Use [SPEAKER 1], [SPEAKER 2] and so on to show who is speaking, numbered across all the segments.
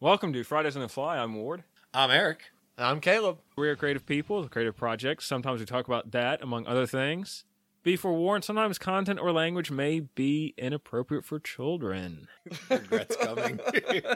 [SPEAKER 1] Welcome to Fridays on the Fly. I'm Ward.
[SPEAKER 2] I'm Eric.
[SPEAKER 3] I'm Caleb.
[SPEAKER 1] We are creative people, with creative projects. Sometimes we talk about that, among other things. Be forewarned, sometimes content or language may be inappropriate for children.
[SPEAKER 2] Regrets coming.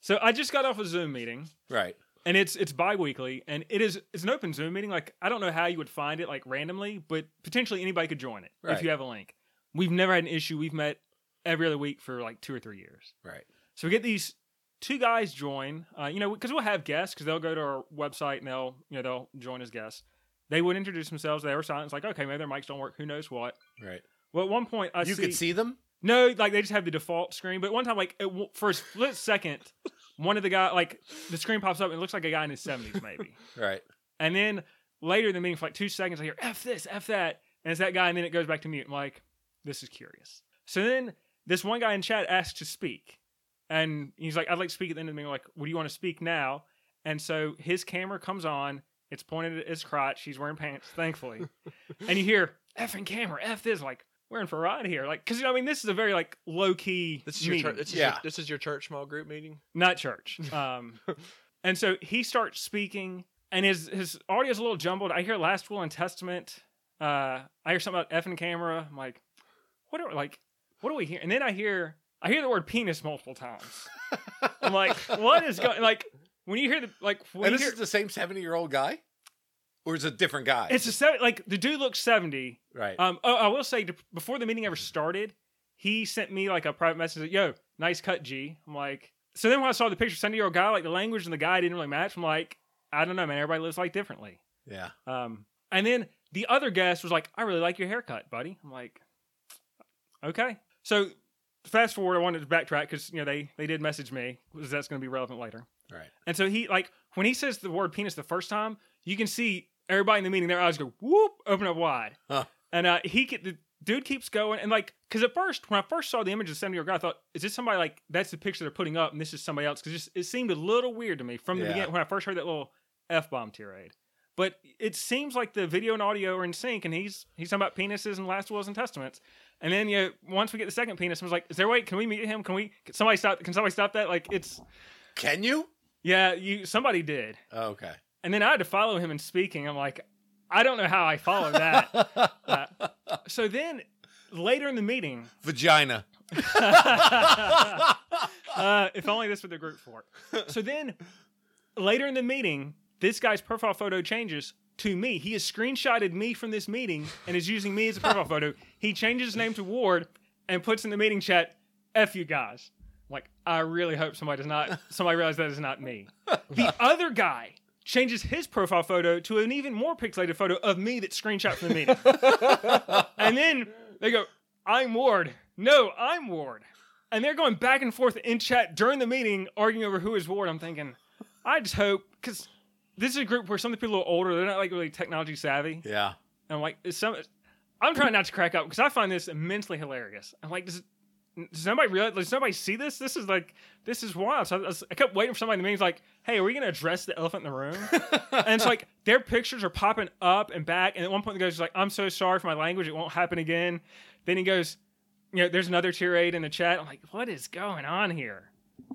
[SPEAKER 1] So I just got off a Zoom meeting,
[SPEAKER 2] right.
[SPEAKER 1] and it's it's bi-weekly, and it is it's an open Zoom meeting. Like I don't know how you would find it like randomly, but potentially anybody could join it if
[SPEAKER 2] Right.
[SPEAKER 1] you have a link. We've never had an issue. We've met every other week for like two or three years.
[SPEAKER 2] Right.
[SPEAKER 1] So we get these two guys join, uh, you know, because we'll have guests because they'll go to our website and they'll, you know, they'll join as guests. They would introduce themselves. They were silent. It's like, okay, maybe their mics don't work. Who knows what?
[SPEAKER 2] Right.
[SPEAKER 1] Well, at one point, I
[SPEAKER 2] you
[SPEAKER 1] see,
[SPEAKER 2] could see them?
[SPEAKER 1] no, like they just have the default screen. But one time, like it, for a split second, one of the guy, like the screen pops up and it looks like a guy in his seventies, maybe.
[SPEAKER 2] Right.
[SPEAKER 1] And then later in the meeting, for like two seconds, I hear F this, F that. And it's that guy. And then it goes back to mute. I'm like, this is curious. So then this one guy in chat asks to speak. And he's like, I'd like to speak at the end of the meeting. I'm like, what do you want to speak now? And so his camera comes on. It's pointed at his crotch. He's wearing pants, thankfully. and you hear F and camera, F this. Like, we're in for a ride here. Like, because, I mean, this is a very, like, low key.
[SPEAKER 3] This is your church.
[SPEAKER 1] meeting
[SPEAKER 3] This is
[SPEAKER 2] Yeah.
[SPEAKER 3] your, this is your church small group meeting.
[SPEAKER 1] not church. Um, and so he starts speaking, and his his audio is a little jumbled. I hear last will and testament. Uh, I hear something about effing camera. I'm like, what are like, what do we hear? And then I hear I hear the word penis multiple times. I'm like, what is going? Like when you hear the like when
[SPEAKER 2] and
[SPEAKER 1] you
[SPEAKER 2] this
[SPEAKER 1] hear,
[SPEAKER 2] is the same 70 year old guy? Or is it a different guy?
[SPEAKER 1] it's a seven, like the dude looks seventy.
[SPEAKER 2] right.
[SPEAKER 1] Um, oh, I will say to, before the meeting ever started, he sent me like a private message. Like, Yo, nice cut, G. I'm like, so then when I saw the picture, seventy year old guy, like the language and the guy didn't really match. I'm like, I don't know, man. Everybody lives like differently.
[SPEAKER 2] yeah.
[SPEAKER 1] Um, and then the other guest was like, I really like your haircut, buddy. I'm like, okay. So fast forward, I wanted to backtrack because you know they they did message me because that's going to be relevant later.
[SPEAKER 2] Right.
[SPEAKER 1] And so he like when he says the word penis the first time, you can see everybody in the meeting their eyes go whoop, open up wide.
[SPEAKER 2] Huh.
[SPEAKER 1] And uh, he ke- the dude keeps going and like because at first when I first saw the image of the seventy year old guy, I thought is this somebody like that's the picture they're putting up and this is somebody else because it seemed a little weird to me from the
[SPEAKER 2] Yeah.
[SPEAKER 1] beginning when I first heard that little f bomb tirade. But it seems like the video and audio are in sync, and he's he's talking about penises and last wills and testaments. And then you know, once we get the second penis, I was like, "Is there a way? Can we meet him? Can we? Can somebody stop? Can somebody stop that? Like it's
[SPEAKER 2] Can you?
[SPEAKER 1] yeah, you somebody did.
[SPEAKER 2] Oh, okay.
[SPEAKER 1] And then I had to follow him in speaking. I'm like, I don't know how I followed that. Uh, so then later in the meeting,
[SPEAKER 2] Vagina.
[SPEAKER 1] uh, if only this were the group for. it. So then later in the meeting, this guy's profile photo changes to me. He has screenshotted me from this meeting and is using me as a profile photo. He changes his name to Ward and puts in the meeting chat, F you guys. I'm like, I really hope somebody does not somebody realizes that is not me. The other guy changes his profile photo to an even more pixelated photo of me that's screenshot from the meeting. and then they go, I'm Ward. No, I'm Ward. And they're going back and forth in chat during the meeting, arguing over who is Ward. I'm thinking, I just hope, because this is a group where some of the people are older. They're not like really technology savvy.
[SPEAKER 2] Yeah.
[SPEAKER 1] And I'm like, is some, I'm trying not to crack up because I find this immensely hilarious. I'm like, does, does nobody realize? Does nobody see this? This is like, this is wild. So I, was- I kept waiting for somebody in the meeting's like, hey, are we going to address the elephant in the room? and it's like their pictures are popping up and back. And at one point, the guy's like, I'm so sorry for my language. It won't happen again. Then he goes, you know, there's another tirade in the chat. I'm like, what is going on here?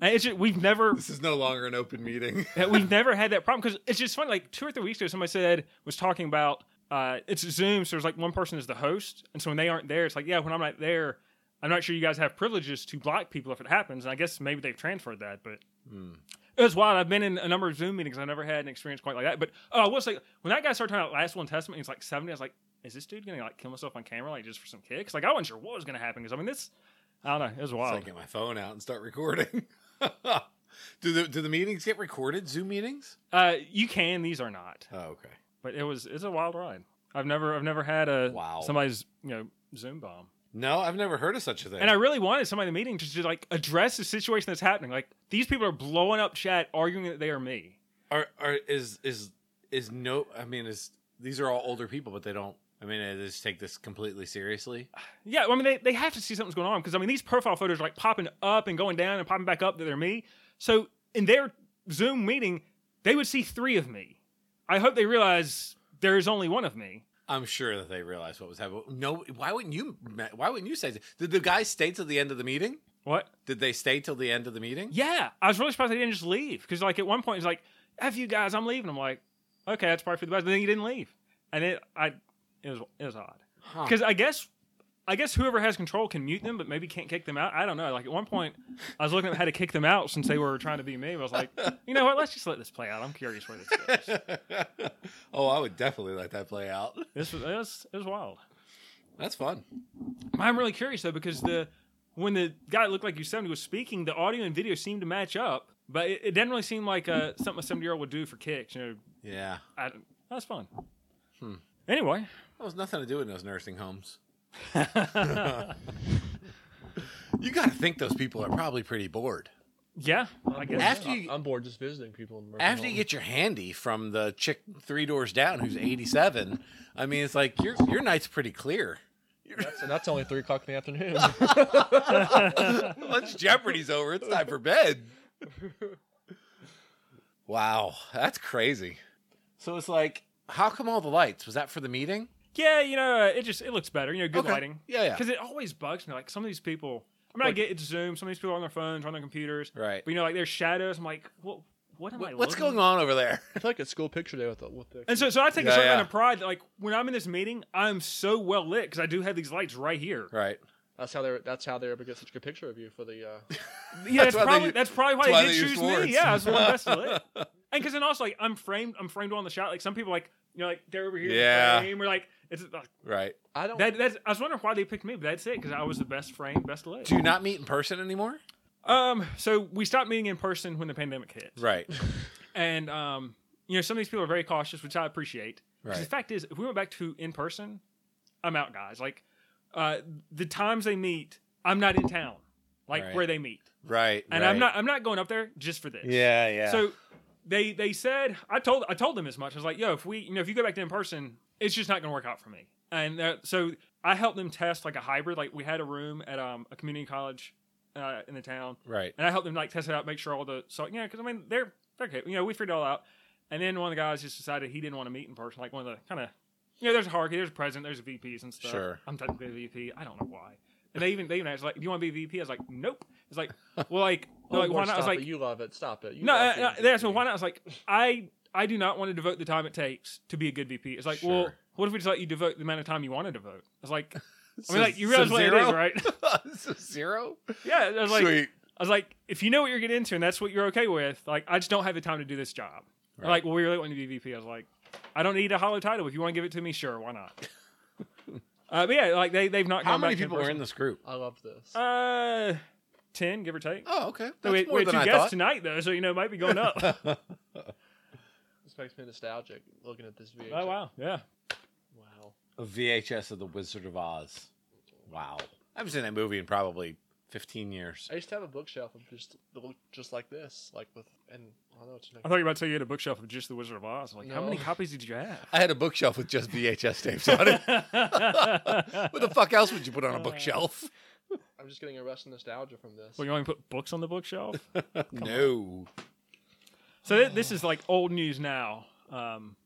[SPEAKER 1] And it's just, we've never
[SPEAKER 2] This is no longer an open meeting.
[SPEAKER 1] that we've never had that problem because it's just funny. Like two or three weeks ago, somebody said was talking about uh, it's Zoom, so there's like one person is the host, and so when they aren't there, it's like yeah, when I'm not there, I'm not sure you guys have privileges to block people if it happens. And I guess maybe they've transferred that, but
[SPEAKER 2] Hmm.
[SPEAKER 1] it was wild. I've been in a number of Zoom meetings. I never had an experience quite like that. But oh, I will say when that guy started talking about last one testament, he's like seventy. I was like, is this dude gonna like kill himself on camera like just for some kicks? Like I wasn't sure what was gonna happen because I mean this. I don't know. It was
[SPEAKER 2] So I
[SPEAKER 1] wild.
[SPEAKER 2] get my phone out and start recording. do the do the meetings get recorded? Zoom meetings?
[SPEAKER 1] Uh, you can. These are not.
[SPEAKER 2] Oh, okay.
[SPEAKER 1] but it was it's a wild ride. I've never I've never had a
[SPEAKER 2] Wow.
[SPEAKER 1] somebody's you know Zoom bomb,
[SPEAKER 2] No, I've never heard of such a thing.
[SPEAKER 1] and I really wanted somebody in the meeting to just like address the situation that's happening. Like these people are blowing up chat, arguing that they are me.
[SPEAKER 2] are are is is is no i mean is these are all older people but they don't i mean they just take this completely seriously
[SPEAKER 1] Yeah, I mean they, they have to see something's going on because I mean these profile photos are like popping up and going down and popping back up that they're me. So in their Zoom meeting, they would see three of me. I hope they realize there is only one of me.
[SPEAKER 2] I'm sure that they realized what was happening. No, why wouldn't you? Why wouldn't you say? so? Did the guys stay till the end of the meeting?
[SPEAKER 1] What?
[SPEAKER 2] Did they stay till the end of the meeting?
[SPEAKER 1] Yeah, I was really surprised they didn't just leave because like at one point he's like, "F you guys, I'm leaving." I'm like, "Okay, that's probably for the best." But then he didn't leave, and it I it was it was odd
[SPEAKER 2] Huh.
[SPEAKER 1] because I guess I guess whoever has control can mute them, but maybe can't kick them out. I don't know. Like at one point, I was looking at how to kick them out since they were trying to be me. I was like, you know what? Let's just let this play out. I'm curious where this goes.
[SPEAKER 2] oh, I would definitely let that play out.
[SPEAKER 1] This was it was, it was wild.
[SPEAKER 2] That's fun.
[SPEAKER 1] I'm really curious though because the when the guy that looked like you seventy was speaking, the audio and video seemed to match up, but it, it didn't really seem like uh, something a seventy year old would do for kicks. You know,
[SPEAKER 2] Yeah,
[SPEAKER 1] I, that's fun.
[SPEAKER 2] Hmm.
[SPEAKER 1] Anyway,
[SPEAKER 2] that was nothing to do in those nursing homes. You got to think those people are probably pretty bored.
[SPEAKER 1] yeah, I guess
[SPEAKER 2] After
[SPEAKER 1] so.
[SPEAKER 2] you-
[SPEAKER 3] I'm bored just visiting people. In nursing
[SPEAKER 2] After you
[SPEAKER 3] homes.
[SPEAKER 2] get your handy from the chick three doors down who's 87, I mean, it's like your your night's pretty clear.
[SPEAKER 3] that's, and that's only three o'clock in the afternoon.
[SPEAKER 2] Once Jeopardy's over, it's time for bed. Wow, that's crazy. So it's like, how come all the lights? Was that for the meeting?
[SPEAKER 1] yeah, you know, uh, it just it looks better. You know, good
[SPEAKER 2] Okay.
[SPEAKER 1] lighting.
[SPEAKER 2] Yeah, yeah.
[SPEAKER 1] because it always bugs me. Like some of these people, I mean, I get it's Zoom. Some of these people are on their phones, on their computers,
[SPEAKER 2] Right.
[SPEAKER 1] But you know, like there's shadows. I'm like, what? What am I?
[SPEAKER 2] What, what's
[SPEAKER 1] looking
[SPEAKER 2] going on over there?
[SPEAKER 3] it's like a school picture day with the with the.
[SPEAKER 1] And so, so I take a
[SPEAKER 2] Yeah,
[SPEAKER 1] certain
[SPEAKER 2] yeah.
[SPEAKER 1] amount of pride that, like, when I'm in this meeting, I'm so well lit because I do have these lights right here.
[SPEAKER 2] Right.
[SPEAKER 3] That's how they were. That's how they were able to get such a good picture of you for the. Uh,
[SPEAKER 1] Yeah, that's,
[SPEAKER 2] why they
[SPEAKER 1] probably
[SPEAKER 2] u-
[SPEAKER 1] that's probably why
[SPEAKER 2] that's why
[SPEAKER 1] they
[SPEAKER 2] they
[SPEAKER 1] did
[SPEAKER 2] use
[SPEAKER 1] choose
[SPEAKER 2] Lawrence.
[SPEAKER 1] me. Yeah, that's one of the best lit. And because then also, like, I'm framed, I'm framed on the shot. Like some people, like, you know, like they're over here, in the
[SPEAKER 2] Yeah.
[SPEAKER 1] frame, or like it's like,
[SPEAKER 2] Right.
[SPEAKER 3] I don't.
[SPEAKER 1] that. That's I was wondering why they picked me, but that's it because I was the best framed, best lit.
[SPEAKER 2] Do you not meet in person anymore?
[SPEAKER 1] Um, so we stopped meeting in person when the pandemic hit,
[SPEAKER 2] Right.
[SPEAKER 1] and um, you know, some of these people are very cautious, which I appreciate. 'Cause
[SPEAKER 2] Right.
[SPEAKER 1] The fact is, if we went back to in person, I'm out, guys. Like, uh, the times they meet, I'm not in town. Like
[SPEAKER 2] Right.
[SPEAKER 1] where they meet,
[SPEAKER 2] Right.
[SPEAKER 1] and I'm
[SPEAKER 2] right.
[SPEAKER 1] not. I'm not going up there just for this.
[SPEAKER 2] Yeah, yeah.
[SPEAKER 1] So they they said I told I told them as much. I was like, yo, if we you know if you go back to in person, it's just not going to work out for me. And uh, so I helped them test like a hybrid. Like we had a room at um, a community college uh, in the town,
[SPEAKER 2] right.
[SPEAKER 1] and I helped them like test it out, make sure all the so yeah, because I mean they're they're okay. You know, we figured it all out. And then one of the guys just decided he didn't want to meet in person. Like one of the kind of you know, there's a hierarchy, there's a president, there's VPs and stuff.
[SPEAKER 2] Sure.
[SPEAKER 1] I'm technically a VP. I don't know why. And they even they even asked like, do you want to be VP? I was like, nope. It's like, well, like,
[SPEAKER 3] Oh,
[SPEAKER 1] like why
[SPEAKER 3] Lord,
[SPEAKER 1] not? I was
[SPEAKER 3] stop
[SPEAKER 1] like,
[SPEAKER 3] it. you love it. Stop it. You
[SPEAKER 1] no,
[SPEAKER 3] love
[SPEAKER 1] uh,
[SPEAKER 3] being
[SPEAKER 1] uh, they asked me
[SPEAKER 3] VP.
[SPEAKER 1] why not. I was like, I I do not want to devote the time it takes to be a good VP. It's like, well,
[SPEAKER 2] Sure.
[SPEAKER 1] what if we just let you devote the amount of time you want to devote? It's like, I mean,
[SPEAKER 2] So-
[SPEAKER 1] like you realize
[SPEAKER 2] so
[SPEAKER 1] what it
[SPEAKER 2] zero?
[SPEAKER 1] is, right?
[SPEAKER 2] So zero?
[SPEAKER 1] yeah, I was like,
[SPEAKER 2] Sweet.
[SPEAKER 1] I was like, if you know what you're getting into and that's what you're okay with, like, I just don't have the time to do this job. They're
[SPEAKER 2] Right.
[SPEAKER 1] Like, well, we really want you to be VP. I was like, I don't need a hollow title. If you want to give it to me, sure, why not? uh, but yeah, like they they've not.
[SPEAKER 2] How
[SPEAKER 1] gone
[SPEAKER 2] many
[SPEAKER 1] back to
[SPEAKER 2] people were in
[SPEAKER 1] in-person.
[SPEAKER 2] this group?
[SPEAKER 3] I love this.
[SPEAKER 1] Uh, ten, give or take.
[SPEAKER 2] Oh, okay. That's
[SPEAKER 1] So we,
[SPEAKER 2] more
[SPEAKER 1] we had
[SPEAKER 2] than
[SPEAKER 1] two
[SPEAKER 2] I
[SPEAKER 1] guests
[SPEAKER 2] thought.
[SPEAKER 1] tonight though, so you know it might be going up.
[SPEAKER 3] this makes me nostalgic looking at this video.
[SPEAKER 1] oh wow, yeah.
[SPEAKER 3] Wow.
[SPEAKER 2] A VHS of The Wizard of Oz. Wow. I haven't seen that movie in probably 15 years.
[SPEAKER 3] I used to have a bookshelf of just that looked just like this, like with and I don't know what
[SPEAKER 1] I
[SPEAKER 3] to
[SPEAKER 1] thought you were about to say you had a bookshelf of just The Wizard of Oz. I'm like, how
[SPEAKER 3] No.
[SPEAKER 1] many copies did you have?
[SPEAKER 2] I had a bookshelf with just VHS tapes on it. what the fuck else would you put on a bookshelf?
[SPEAKER 3] I'm just getting a rush of nostalgia from this.
[SPEAKER 1] Well, you only put books on the bookshelf.
[SPEAKER 2] no.
[SPEAKER 1] so th- this is like old news now. Um,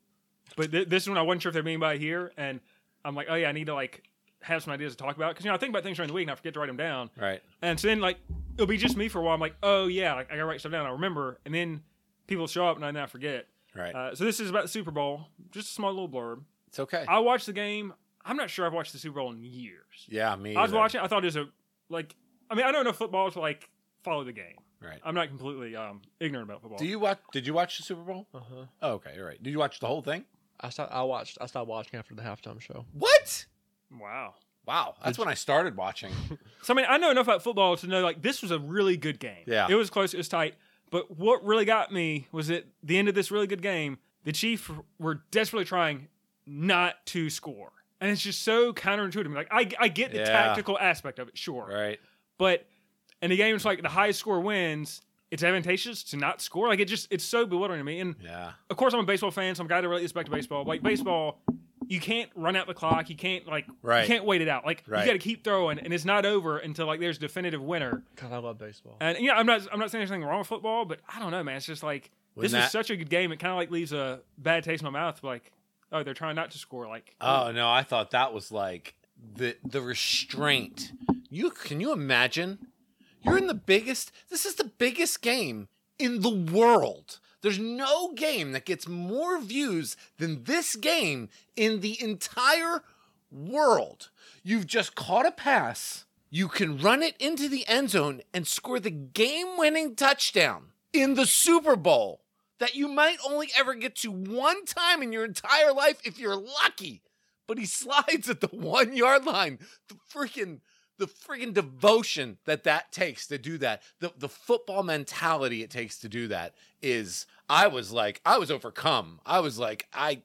[SPEAKER 1] but th- this is when I wasn't sure if they're meaning by here, and I'm like, oh yeah, I need to like have some ideas to talk about because you know I think about things during the week and I forget to write them down,
[SPEAKER 2] Right.
[SPEAKER 1] and so then like it'll be just me for a while. I'm like, oh yeah, like I gotta write stuff down. I remember, and then people show up and I now forget.
[SPEAKER 2] Right.
[SPEAKER 1] Uh, so this is about the Super Bowl. Just a small little blurb.
[SPEAKER 2] it's okay.
[SPEAKER 1] I watched the game. I'm not sure I've watched the Super Bowl in years.
[SPEAKER 2] yeah, me.
[SPEAKER 1] I was
[SPEAKER 2] either.
[SPEAKER 1] watching. I thought it was a like. I mean, I don't know football to like follow the game.
[SPEAKER 2] Right.
[SPEAKER 1] I'm not completely um, ignorant about football.
[SPEAKER 2] Do you watch? Did you watch the Super Bowl?
[SPEAKER 3] Uh huh.
[SPEAKER 2] Oh, okay, all right. Did you watch the whole thing?
[SPEAKER 3] I stopped. I watched. I stopped watching after the halftime show.
[SPEAKER 2] What?
[SPEAKER 1] wow.
[SPEAKER 2] Wow, that's when I started watching.
[SPEAKER 1] So I mean, I know enough about football to know like this was a really good game.
[SPEAKER 2] Yeah.
[SPEAKER 1] It was close. It was tight. But what really got me was at the end of this really good game, the Chiefs were desperately trying not to score, and it's just so counterintuitive. Like I, I get the
[SPEAKER 2] Yeah.
[SPEAKER 1] tactical aspect of it, sure,
[SPEAKER 2] right.
[SPEAKER 1] but in a game it's like the highest score wins. It's advantageous to not score. Like it just, it's so bewildering to me. And
[SPEAKER 2] Yeah.
[SPEAKER 1] of course I'm a baseball fan, so I'm a guy that really respect baseball. Like baseball, you can't run out the clock. You can't like
[SPEAKER 2] Right.
[SPEAKER 1] you can't wait it out. Like
[SPEAKER 2] Right.
[SPEAKER 1] you got to keep throwing, and it's not over until like there's definitive winner.
[SPEAKER 3] God, I love baseball.
[SPEAKER 1] And yeah, I'm not I'm not saying there's anything wrong with football, but I don't know, man. It's just like
[SPEAKER 2] When
[SPEAKER 1] this is
[SPEAKER 2] that-
[SPEAKER 1] such a good game. It kind of like leaves a bad taste in my mouth. Like Oh, they're trying not to score. Like,
[SPEAKER 2] Oh no, I thought that was like the the restraint. You can you imagine? You're in the biggest this is the biggest game in the world. There's no game that gets more views than this game in the entire world. You've just caught a pass. You can run it into the end zone and score the game-winning touchdown in the Super Bowl that you might only ever get to one time in your entire life if you're lucky. But he slides at the one yard line. The freaking the freaking devotion that that takes to do that, the the football mentality it takes to do that is. I was like, I was overcome. I was like, I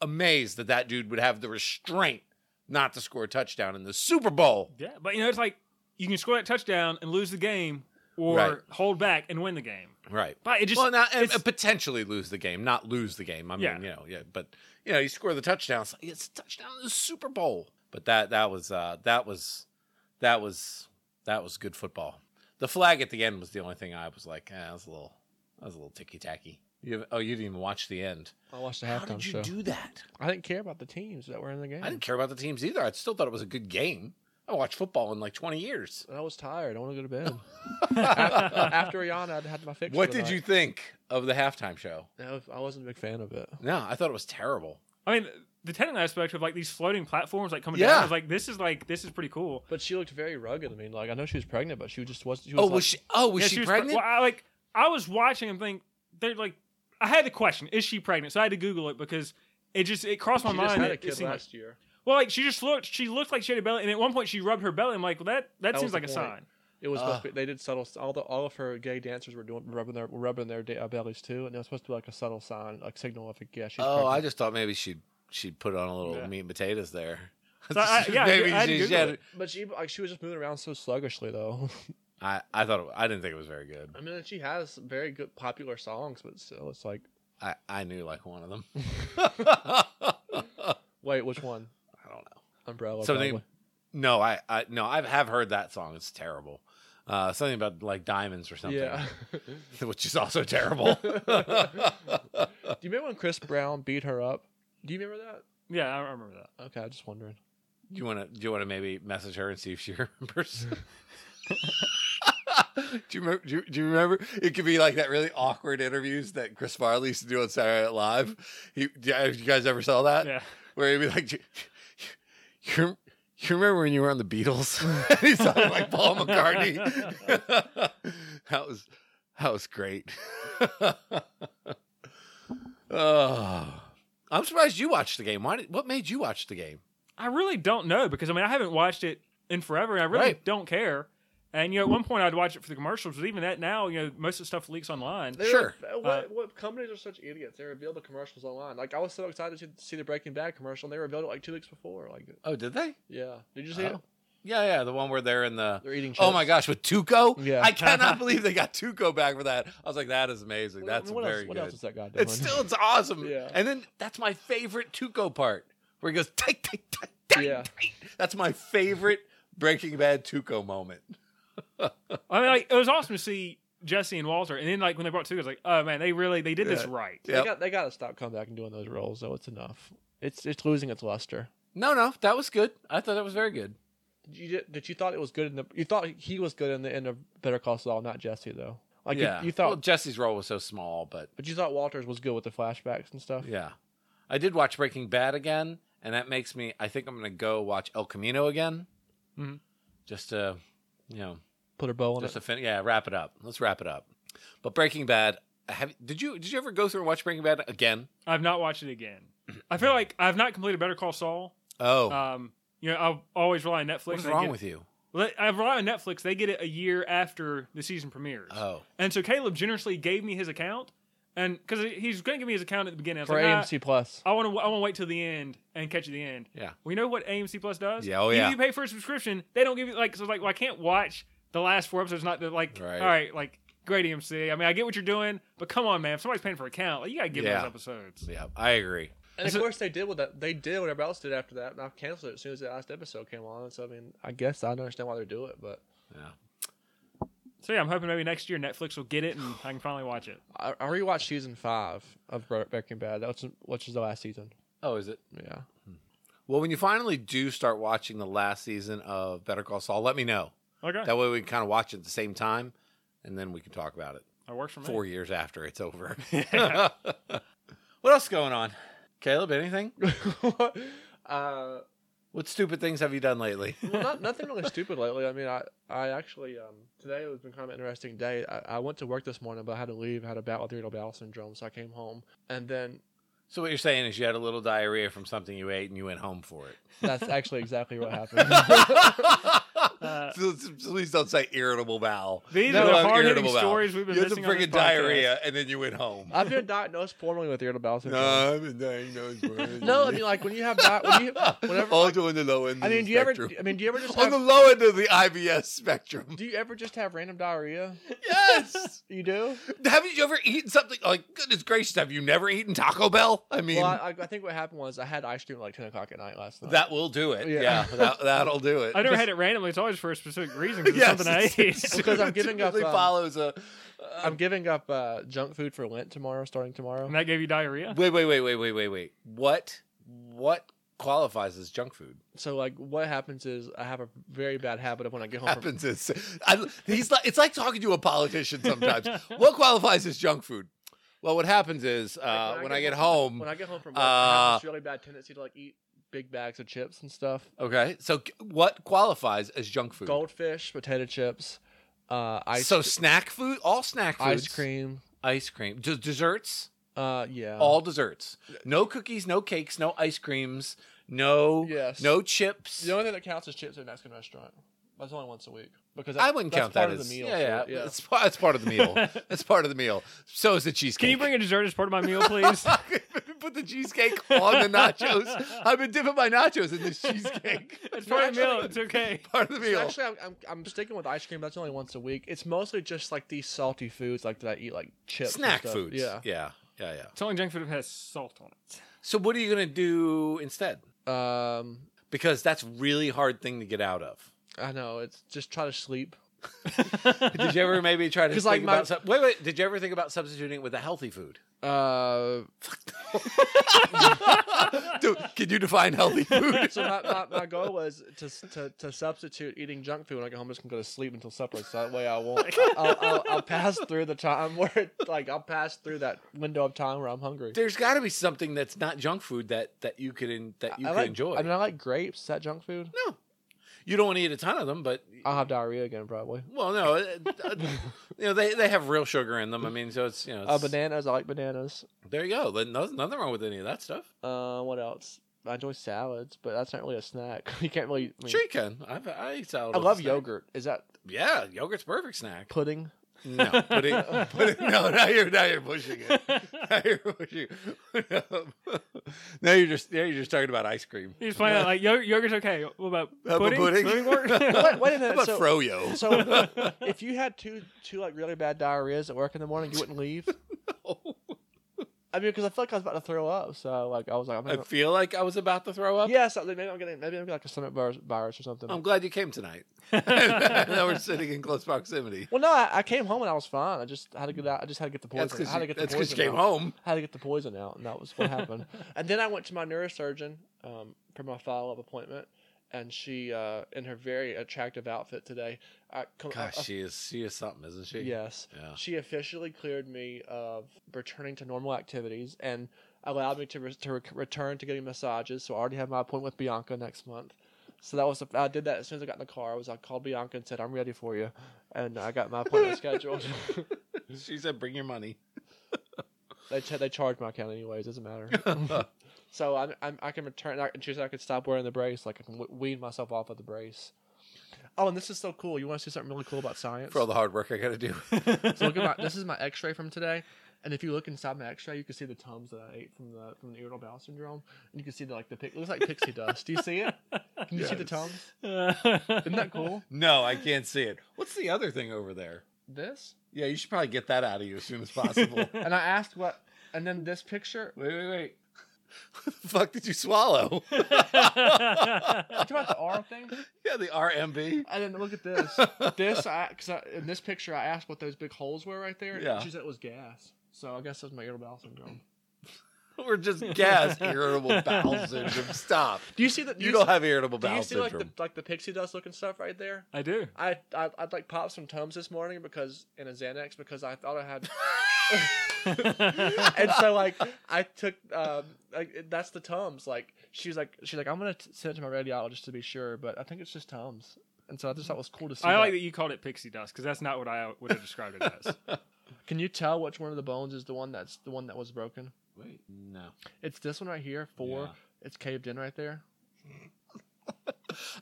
[SPEAKER 2] amazed that that dude would have the restraint not to score a touchdown in the Super Bowl.
[SPEAKER 1] yeah, but you know, it's like you can score that touchdown and lose the game, or
[SPEAKER 2] Right.
[SPEAKER 1] hold back and win the game.
[SPEAKER 2] Right.
[SPEAKER 1] But it just
[SPEAKER 2] well, not and,
[SPEAKER 1] it's-
[SPEAKER 2] and potentially lose the game, not lose the game. I mean,
[SPEAKER 1] Yeah.
[SPEAKER 2] you know, yeah, but you know, you score the touchdown. It's, like, it's a touchdown in the Super Bowl. But that that was uh, that was that was that was good football. The flag at the end was the only thing I was like, eh, that was a little that was a little ticky tacky. You have, oh, you didn't even watch the end.
[SPEAKER 3] I watched the
[SPEAKER 2] How
[SPEAKER 3] halftime
[SPEAKER 2] did you
[SPEAKER 3] show.
[SPEAKER 2] do that?
[SPEAKER 3] I didn't care about the teams that were in the game.
[SPEAKER 2] I didn't care about the teams either. I still thought it was a good game. I watched football in like twenty years.
[SPEAKER 3] I was tired. I want to go to bed. A- After Rihanna, I'd had my fix. for
[SPEAKER 2] What
[SPEAKER 3] the
[SPEAKER 2] did you
[SPEAKER 3] night.
[SPEAKER 2] think of the halftime show?
[SPEAKER 3] I was- I wasn't a big fan of it.
[SPEAKER 2] No, I thought it was terrible.
[SPEAKER 1] I mean, the technical aspect of like these floating platforms like coming
[SPEAKER 2] Yeah.
[SPEAKER 1] down. I was like, this is like this is pretty cool.
[SPEAKER 3] But she looked very rugged. I mean, like I know she was pregnant, but she just was. She was
[SPEAKER 2] Oh,
[SPEAKER 3] like,
[SPEAKER 2] was she? Oh, was
[SPEAKER 1] Yeah,
[SPEAKER 2] she,
[SPEAKER 1] was pre-
[SPEAKER 2] pregnant?
[SPEAKER 1] well, I, like I was watching and think they're like, I had the question: Is she pregnant? So I had to Google it because it just it crossed my
[SPEAKER 3] she
[SPEAKER 1] mind.
[SPEAKER 3] just had
[SPEAKER 1] it-
[SPEAKER 3] a
[SPEAKER 1] it
[SPEAKER 3] kid
[SPEAKER 1] seemed like-
[SPEAKER 3] last year.
[SPEAKER 1] well, like she just looked, she looked like she had a belly, and at one point she rubbed her belly. I'm like, well, that that,
[SPEAKER 3] That
[SPEAKER 1] seems
[SPEAKER 3] was the
[SPEAKER 1] like a
[SPEAKER 3] point.
[SPEAKER 1] sign.
[SPEAKER 3] It was supposed
[SPEAKER 2] Ugh.
[SPEAKER 3] to be, they did subtle all the all of her gay dancers were doing rubbing their were rubbing their da- uh, bellies too, and it was supposed to be like a subtle sign, like signal of like, yeah she's.
[SPEAKER 2] oh, I
[SPEAKER 3] pregnant.
[SPEAKER 2] just thought maybe she'd she'd put on a little
[SPEAKER 1] Yeah.
[SPEAKER 2] meat and potatoes there.
[SPEAKER 1] So I- yeah, I
[SPEAKER 2] maybe
[SPEAKER 1] did- I had to
[SPEAKER 2] she, she
[SPEAKER 1] Google
[SPEAKER 2] had,
[SPEAKER 1] it.
[SPEAKER 3] But she like she was just moving around so sluggishly though.
[SPEAKER 2] I I thought it, I didn't think it was very good.
[SPEAKER 3] I mean, she has very good popular songs, but still, it's like,
[SPEAKER 2] I I knew like one of them. I
[SPEAKER 3] wait, which one?
[SPEAKER 2] don't know.
[SPEAKER 3] Umbrella.
[SPEAKER 2] Something-
[SPEAKER 3] probably.
[SPEAKER 2] No, I I no I have heard that song. It's terrible. Uh, something about like diamonds or something,
[SPEAKER 3] Yeah.
[SPEAKER 2] which is also terrible.
[SPEAKER 3] Do you remember when Chris Brown beat her up? Do you remember that?
[SPEAKER 1] Yeah, I remember that.
[SPEAKER 3] Okay, I'm just wondering.
[SPEAKER 2] you want to do you want to maybe message her and see if she remembers? do you remember? Do you, do you remember? It could be like that really awkward interviews that Chris Farley used to do on Saturday Night Live. He, do you you guys ever saw that?
[SPEAKER 1] Yeah,
[SPEAKER 2] Where he'd be like, "Do you, you, you remember when you were on the Beatles?" and he sounded like Paul McCartney. that was that was great. oh, I'm surprised you watched the game. Why? Did, what made you watch the game?
[SPEAKER 1] I really don't know because I mean I haven't watched it in forever, and I really
[SPEAKER 2] Right.
[SPEAKER 1] don't care. And you know, at one point I'd watch it for the commercials, but even that now, you know, most of the stuff leaks online.
[SPEAKER 3] They were-
[SPEAKER 2] Sure.
[SPEAKER 3] uh, What, what companies are such idiots? They reveal the commercials online. Like I was so excited to see the Breaking Bad commercial, and they revealed it like two weeks before. Like,
[SPEAKER 2] Oh, did they?
[SPEAKER 3] yeah. Did you see it?
[SPEAKER 2] Oh. Yeah, yeah, the one where they're in the.
[SPEAKER 3] They're eating. Chips.
[SPEAKER 2] Oh my gosh, with Tuco!
[SPEAKER 3] Yeah.
[SPEAKER 2] I cannot believe they got Tuco back for that. I was like, that is amazing.
[SPEAKER 3] What-
[SPEAKER 2] That's
[SPEAKER 3] what
[SPEAKER 2] very
[SPEAKER 3] else, What
[SPEAKER 2] good.
[SPEAKER 3] else is that guy doing?
[SPEAKER 2] it's still it's awesome.
[SPEAKER 3] Yeah.
[SPEAKER 2] And then that's my favorite Tuco part where he goes tight, tight, tight, tight,
[SPEAKER 3] Yeah.
[SPEAKER 2] tight. That's my favorite Breaking Bad Tuco moment.
[SPEAKER 1] I mean, like it was awesome to see Jesse and Walter, and then like when they brought two, I was like, oh man, they really they did this
[SPEAKER 2] Yeah.
[SPEAKER 1] right.
[SPEAKER 3] They
[SPEAKER 2] Yep.
[SPEAKER 3] got they got to stop coming back and doing those roles though. It's enough. It's it's losing its luster.
[SPEAKER 2] No, no, that was good. I thought that was very good.
[SPEAKER 3] Did you did you thought it was good in the you thought he was good in the end of Better Call Saul, not Jesse though. Like you-
[SPEAKER 2] yeah.
[SPEAKER 3] you, thought,
[SPEAKER 2] well, Jesse's role was so small, but
[SPEAKER 3] but you thought Walters was good with the flashbacks and stuff.
[SPEAKER 2] yeah, I did watch Breaking Bad again, and that makes me. I think I'm gonna go watch El Camino again,
[SPEAKER 3] Mm-hmm.
[SPEAKER 1] Mhm.
[SPEAKER 2] just to, you know,
[SPEAKER 3] Put a bow on
[SPEAKER 2] just to
[SPEAKER 3] it.
[SPEAKER 2] fin- yeah, wrap it up. Let's wrap it up. But Breaking Bad, have did you did you ever go through and watch Breaking Bad again?
[SPEAKER 1] I've not watched it again. I feel like I've not completed Better Call Saul.
[SPEAKER 2] Oh,
[SPEAKER 1] Um, you know, I always rely on Netflix.
[SPEAKER 2] what's
[SPEAKER 1] They
[SPEAKER 2] wrong
[SPEAKER 1] get-
[SPEAKER 2] with you?
[SPEAKER 1] Let- I rely on Netflix. They get it a year after the season premieres.
[SPEAKER 2] Oh,
[SPEAKER 1] And so Caleb generously gave me his account, and because he's going to give me his account at the beginning, I was
[SPEAKER 3] for
[SPEAKER 1] like, nah,
[SPEAKER 3] AMC Plus.
[SPEAKER 1] I want to. I want to wait till the end and catch the end.
[SPEAKER 2] Yeah.
[SPEAKER 1] Well, you know what AMC Plus does?
[SPEAKER 2] Yeah, oh,
[SPEAKER 1] You-
[SPEAKER 2] yeah.
[SPEAKER 1] You pay for a subscription. They don't give you like. So it's like, well, I can't watch the last four episodes. Not the like.
[SPEAKER 2] Right.
[SPEAKER 1] All right, like great AMC. I mean, I get what you're doing, but come on, man. If somebody's paying for an account, like, you gotta give me
[SPEAKER 2] Yeah.
[SPEAKER 1] those episodes.
[SPEAKER 2] yeah, I agree.
[SPEAKER 3] And of
[SPEAKER 1] So-
[SPEAKER 3] course they did with that. They did whatever else did after that, and I've canceled it as soon as the last episode came on. So I mean, I guess I don't understand why they do it, but
[SPEAKER 2] Yeah.
[SPEAKER 1] So yeah, I'm hoping maybe next year Netflix will get it and I can finally watch it.
[SPEAKER 3] I, I rewatched season five of Bre- Breaking Bad. That's which is the last season.
[SPEAKER 2] Oh, is it?
[SPEAKER 3] Yeah.
[SPEAKER 2] Well, when you finally do start watching the last season of Better Call Saul, let me know.
[SPEAKER 1] Okay,
[SPEAKER 2] That way we can kind of watch it at the same time, and then we can talk about it
[SPEAKER 1] that works for me.
[SPEAKER 2] four years after it's over. what else is going on? Caleb, anything?
[SPEAKER 3] uh,
[SPEAKER 2] What stupid things have you done lately?
[SPEAKER 3] well, not, nothing really stupid lately. I mean, I, I actually um, today has been kind of an interesting day. I, I went to work this morning, but I had to leave. I had a bout with irritable bowel syndrome, so I came home, and then
[SPEAKER 2] So what you're saying is you had a little diarrhea from something you ate and you went home for
[SPEAKER 3] that's actually exactly what happened.
[SPEAKER 2] it.
[SPEAKER 1] Uh,
[SPEAKER 2] Please don't say irritable bowel.
[SPEAKER 1] These
[SPEAKER 2] No,
[SPEAKER 1] are the
[SPEAKER 2] I'm
[SPEAKER 1] hard hitting
[SPEAKER 2] irritable bowel.
[SPEAKER 1] stories we've been
[SPEAKER 2] You had some
[SPEAKER 1] missing. on this
[SPEAKER 2] freaking diarrhea and then you went home.
[SPEAKER 3] I've been diagnosed formally with irritable bowel syndrome.
[SPEAKER 2] I've been diagnosed. with-
[SPEAKER 3] No, I mean like when you have that, when you whenever.
[SPEAKER 2] also on the low end.
[SPEAKER 3] I
[SPEAKER 2] of
[SPEAKER 3] mean,
[SPEAKER 2] the
[SPEAKER 3] do you ever?
[SPEAKER 2] spectrum.
[SPEAKER 3] I mean, do you ever just
[SPEAKER 2] on the
[SPEAKER 3] have?
[SPEAKER 2] low end of the IBS spectrum?
[SPEAKER 3] Do you ever just have random diarrhea?
[SPEAKER 2] Yes.
[SPEAKER 3] You do.
[SPEAKER 2] have you ever eaten something like goodness gracious? Have you never eaten Taco Bell? I mean,
[SPEAKER 3] Well, I, I think what happened was I had ice cream at like ten o'clock at night last night.
[SPEAKER 2] that will do it. Yeah,
[SPEAKER 3] Yeah.
[SPEAKER 2] that, that'll do it.
[SPEAKER 1] I never had it randomly. It's always for a specific reason because
[SPEAKER 2] Yes,
[SPEAKER 1] it's something I
[SPEAKER 2] it's-
[SPEAKER 1] ate.
[SPEAKER 3] Because I'm giving up,
[SPEAKER 2] typically
[SPEAKER 3] um,
[SPEAKER 2] follows a.
[SPEAKER 3] I'm giving up uh, junk food for Lent tomorrow, starting tomorrow.
[SPEAKER 1] and that gave you diarrhea.
[SPEAKER 2] Wait, wait, wait, wait, wait, wait, wait. What? What qualifies as junk food?
[SPEAKER 3] So like, what happens is I have a very bad habit of when I get home. From,
[SPEAKER 2] Happens is I, he's like it's like talking to a politician sometimes. what qualifies as junk food? Well, what happens is uh, when, I get home.
[SPEAKER 3] when I get home from work, I
[SPEAKER 2] Uh,
[SPEAKER 3] have this really bad tendency to like eat big bags of chips and stuff.
[SPEAKER 2] okay, so g- what qualifies as junk food?
[SPEAKER 3] Goldfish, potato chips, uh, ice,
[SPEAKER 2] so snack food, all snack foods,
[SPEAKER 3] ice cream.
[SPEAKER 2] ice cream, D- desserts,
[SPEAKER 3] Uh, yeah.
[SPEAKER 2] all desserts. No cookies, no cakes, no ice creams, no
[SPEAKER 3] Yes.
[SPEAKER 2] no chips.
[SPEAKER 3] The only thing that counts is chips at a Mexican restaurant. That's only once a week because that's,
[SPEAKER 2] I wouldn't
[SPEAKER 3] that's
[SPEAKER 2] count
[SPEAKER 3] part
[SPEAKER 2] that
[SPEAKER 3] of
[SPEAKER 2] as
[SPEAKER 3] the meal.
[SPEAKER 2] yeah,
[SPEAKER 3] so-
[SPEAKER 2] yeah, It's, pa- it's part of the meal. it's part of the meal. So is the cheesecake.
[SPEAKER 1] Can you bring a dessert as part of my meal, please?
[SPEAKER 2] Put the cheesecake on the nachos. I've been dipping my nachos in this cheesecake.
[SPEAKER 1] It's part of the meal. It's okay.
[SPEAKER 2] Part of the meal.
[SPEAKER 3] Actually, I'm, I'm I'm sticking with ice cream. That's only once a week. It's mostly just like these salty foods, like that I eat, like chips, and
[SPEAKER 2] Snack
[SPEAKER 3] stuff.
[SPEAKER 2] foods.
[SPEAKER 3] Yeah.
[SPEAKER 2] uh, yeah, yeah, yeah.
[SPEAKER 1] It's only junk food that has salt on it.
[SPEAKER 2] So what are you gonna do instead?
[SPEAKER 3] Um,
[SPEAKER 2] Because that's really hard thing to get out of.
[SPEAKER 3] I know. It's just try to sleep.
[SPEAKER 2] Did you ever maybe try to
[SPEAKER 3] 'Cause,
[SPEAKER 2] think
[SPEAKER 3] like, my-
[SPEAKER 2] about? sub- Wait, wait. Did you ever think about substituting it with a healthy food?
[SPEAKER 3] Uh,
[SPEAKER 2] Dude, can you define healthy food?
[SPEAKER 3] so my, my, my goal was to, to to substitute eating junk food when I get home. I just can go to sleep until supper, so that way I won't. I'll, I'll, I'll pass through the time where it, like I'll pass through that window of time where I'm hungry.
[SPEAKER 2] There's got to be something that's not junk food that that you could in, that you
[SPEAKER 3] I
[SPEAKER 2] could
[SPEAKER 3] like,
[SPEAKER 2] enjoy.
[SPEAKER 3] I mean, I like grapes. Is that junk food?
[SPEAKER 2] you don't want to eat a ton of them, but
[SPEAKER 3] I'll have diarrhea again probably.
[SPEAKER 2] well, no, uh, uh, you know they, they have real sugar in them. I mean, so it's you know
[SPEAKER 3] Uh,
[SPEAKER 2] it's-
[SPEAKER 3] bananas. I like bananas.
[SPEAKER 2] There you go. Then Nothing, nothing wrong with any of that stuff.
[SPEAKER 3] Uh, what else? I enjoy salads, but that's not really a snack. You can't really. I mean,
[SPEAKER 2] Sure, you can. I've, I eat salad.
[SPEAKER 3] I
[SPEAKER 2] with
[SPEAKER 3] love
[SPEAKER 2] a snack.
[SPEAKER 3] yogurt. Is that
[SPEAKER 2] Yeah, yogurt's perfect snack.
[SPEAKER 3] pudding?
[SPEAKER 2] No, pudding, pudding, no, now you're now you're pushing it. Now you're pushing. now you're just now you're just talking about ice cream.
[SPEAKER 1] You just find out like yo- yogurt's okay. What about
[SPEAKER 2] How about
[SPEAKER 1] pudding?
[SPEAKER 2] pudding?
[SPEAKER 1] work?
[SPEAKER 3] Wait, wait a
[SPEAKER 2] How
[SPEAKER 3] minute.
[SPEAKER 2] about
[SPEAKER 3] So,
[SPEAKER 2] froyo?
[SPEAKER 3] so if you had two two like really bad diarrheas at work in the morning, you wouldn't leave. I mean, because I felt like I was about to throw up, so like I was like, I'm
[SPEAKER 2] I
[SPEAKER 3] gonna, uh,
[SPEAKER 2] feel like I was about to throw up.
[SPEAKER 3] yeah, so maybe I'm getting maybe I'm getting like a stomach virus, virus or something.
[SPEAKER 2] I'm glad you came tonight. now we're sitting in close proximity.
[SPEAKER 3] well, no, I, I came home and I was fine. I just had to get out. I just had to get the
[SPEAKER 2] That's
[SPEAKER 3] poison. I
[SPEAKER 2] because
[SPEAKER 3] had to
[SPEAKER 2] you,
[SPEAKER 3] get the
[SPEAKER 2] that's 'cause
[SPEAKER 3] poison
[SPEAKER 2] you came
[SPEAKER 3] out.
[SPEAKER 2] home.
[SPEAKER 3] how to get the poison out, and that was what happened. and then I went to my neurosurgeon um, for my follow up appointment, and she, uh, in her very attractive outfit today, I, com-
[SPEAKER 2] Gosh,
[SPEAKER 3] I- I-
[SPEAKER 2] she is she is something, isn't she?
[SPEAKER 3] yes,
[SPEAKER 2] Yeah.
[SPEAKER 3] she officially cleared me of returning to normal activities and allowed me to, re- to re- return to getting massages. So I already have my appointment with Bianca next month. So that was I did that as soon as I got in the car. I was I called Bianca and said I'm ready for you, and I got my appointment scheduled.
[SPEAKER 2] She said, "Bring your money."
[SPEAKER 3] They ch- they charge my account anyways. Doesn't matter. so I'm, I'm I can return. I can choose. I can stop wearing the brace. Like I can w- wean myself off of the brace. Oh, and this is so cool. You want to see something really cool about science?
[SPEAKER 2] For all the hard work I got to do.
[SPEAKER 3] so look at my. This is my X-ray from today. And if you look inside my X-ray, you can see the tums that I ate from the from the irritable bowel syndrome, and you can see the like the pic- it looks like pixie dust. Do you see it? Can you see the
[SPEAKER 2] Yes.
[SPEAKER 3] tums?
[SPEAKER 1] Isn't
[SPEAKER 3] Isn't that cool?
[SPEAKER 2] No, I can't see it. What's the other thing over there?
[SPEAKER 3] This.
[SPEAKER 2] Yeah, you should probably get that out of you as soon as possible. wait,
[SPEAKER 3] And I asked what, and then this picture.
[SPEAKER 2] wait, wait. What the fuck did you swallow?
[SPEAKER 3] Are you talking about the R thing?
[SPEAKER 2] yeah, the RMB.
[SPEAKER 3] And then look at this. this I, cause I, in this picture I asked what those big holes were right there.
[SPEAKER 2] Yeah.
[SPEAKER 3] And she said it was gas. So I guess that's my irritable bowel syndrome.
[SPEAKER 2] We're just gas irritable bowel syndrome. Stop.
[SPEAKER 3] Do you see that?
[SPEAKER 2] You don't have irritable
[SPEAKER 3] Do
[SPEAKER 2] bowel
[SPEAKER 3] you see like
[SPEAKER 2] syndrome.
[SPEAKER 3] the like the pixie dust looking stuff right there?
[SPEAKER 1] I do.
[SPEAKER 3] I I I'd like popped some Tums this morning because in a Xanax because I thought I had, and so like I took um like that's the Tums. Like she's like she's like I'm gonna t- send it to my radiologist to be sure, but I think it's just Tums. And so I just thought it was cool to see.
[SPEAKER 1] I
[SPEAKER 3] that.
[SPEAKER 1] like that you called it pixie dust because that's not what I would have described it as.
[SPEAKER 3] Can you tell which one of the bones is the one that's the one that was broken?
[SPEAKER 2] Wait, no.
[SPEAKER 3] It's this one right here. Four.
[SPEAKER 2] Yeah.
[SPEAKER 3] It's caved in right there.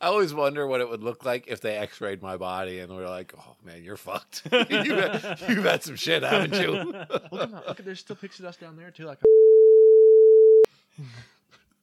[SPEAKER 2] I always wonder what it would look like if they x-rayed my body and were like, oh man, you're fucked. you've, had, you've had some shit, haven't you?
[SPEAKER 3] Look at that. uh, Look at there's still pixie dust down there too. Like.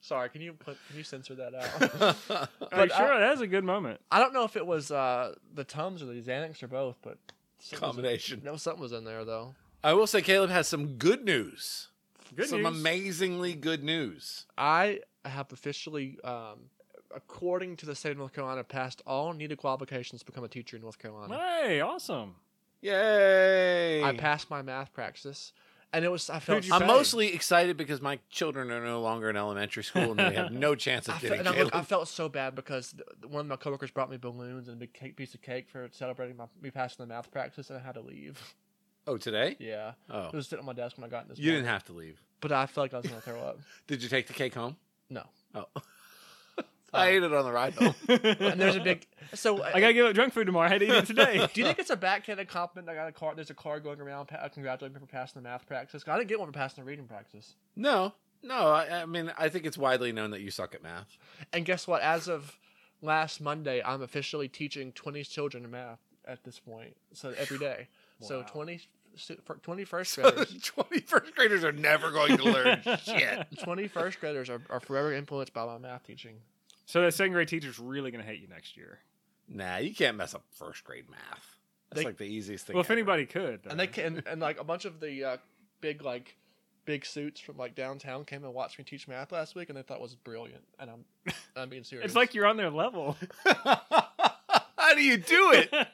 [SPEAKER 3] Sorry, can you put, can you censor that out?
[SPEAKER 1] Are you
[SPEAKER 3] But I-
[SPEAKER 1] sure? That's a good moment.
[SPEAKER 3] I don't know if it was uh, the Tums or the Xanax or both, but something was-
[SPEAKER 2] Combination.
[SPEAKER 3] No, something was in there though.
[SPEAKER 2] I will say Caleb has some good news.
[SPEAKER 1] Good
[SPEAKER 2] some
[SPEAKER 1] news.
[SPEAKER 2] amazingly good news.
[SPEAKER 3] I have officially, um, according to the state of North Carolina, passed all needed qualifications to become a teacher in North Carolina.
[SPEAKER 1] Hey, awesome.
[SPEAKER 2] Yay!
[SPEAKER 3] I passed my math practice, and it was I felt
[SPEAKER 1] Who'd you
[SPEAKER 3] I
[SPEAKER 2] I'm
[SPEAKER 1] pass?
[SPEAKER 2] mostly excited because my children are no longer in elementary school and they have no chance
[SPEAKER 3] I
[SPEAKER 2] of
[SPEAKER 3] felt,
[SPEAKER 2] getting
[SPEAKER 3] and I,
[SPEAKER 2] Caleb.
[SPEAKER 3] look, I felt so bad because th- one of my coworkers brought me balloons and a big cake, piece of cake for celebrating my, me passing the math practice, and I had to leave.
[SPEAKER 2] oh, today?
[SPEAKER 3] Yeah,
[SPEAKER 2] Oh,
[SPEAKER 3] it was sitting on my desk when I got in this.
[SPEAKER 2] you didn't
[SPEAKER 3] morning.
[SPEAKER 2] have to leave.
[SPEAKER 3] but I felt like I was gonna throw up.
[SPEAKER 2] Did you take the cake home?
[SPEAKER 3] No,
[SPEAKER 2] Oh,
[SPEAKER 3] Oh.
[SPEAKER 2] I ate it on the ride home.
[SPEAKER 3] and there's a big so uh,
[SPEAKER 1] I gotta give up junk food tomorrow. I had to eat it today.
[SPEAKER 3] Do you think it's a backhanded compliment? that I got a card. There's a card going around pa- congratulating me for passing the math practice. 'Cause I didn't get one for passing the reading practice.
[SPEAKER 2] no, no. I, I mean, I think it's widely known that you suck at math.
[SPEAKER 3] And guess what? As of last Monday, I'm officially teaching 20 children math at this point. So every day. So
[SPEAKER 1] Wow.
[SPEAKER 3] 20, stu- fir- 20 first
[SPEAKER 2] So the
[SPEAKER 3] graders.
[SPEAKER 2] 21st graders are never going to learn shit.
[SPEAKER 3] 20 first graders are, are forever influenced by my math teaching.
[SPEAKER 1] So that second grade teacher's really gonna hate you next year.
[SPEAKER 2] Nah, you can't mess up first grade math. That's
[SPEAKER 3] They-
[SPEAKER 2] like the easiest thing.
[SPEAKER 1] well, if
[SPEAKER 2] ever.
[SPEAKER 1] anybody could,
[SPEAKER 3] And they
[SPEAKER 1] though.
[SPEAKER 3] can, and like a bunch of the uh, big like big suits from like downtown came and watched me teach math last week, and they thought it was brilliant. And I'm I'm being serious.
[SPEAKER 1] it's like you're on their level.
[SPEAKER 2] How do you do it?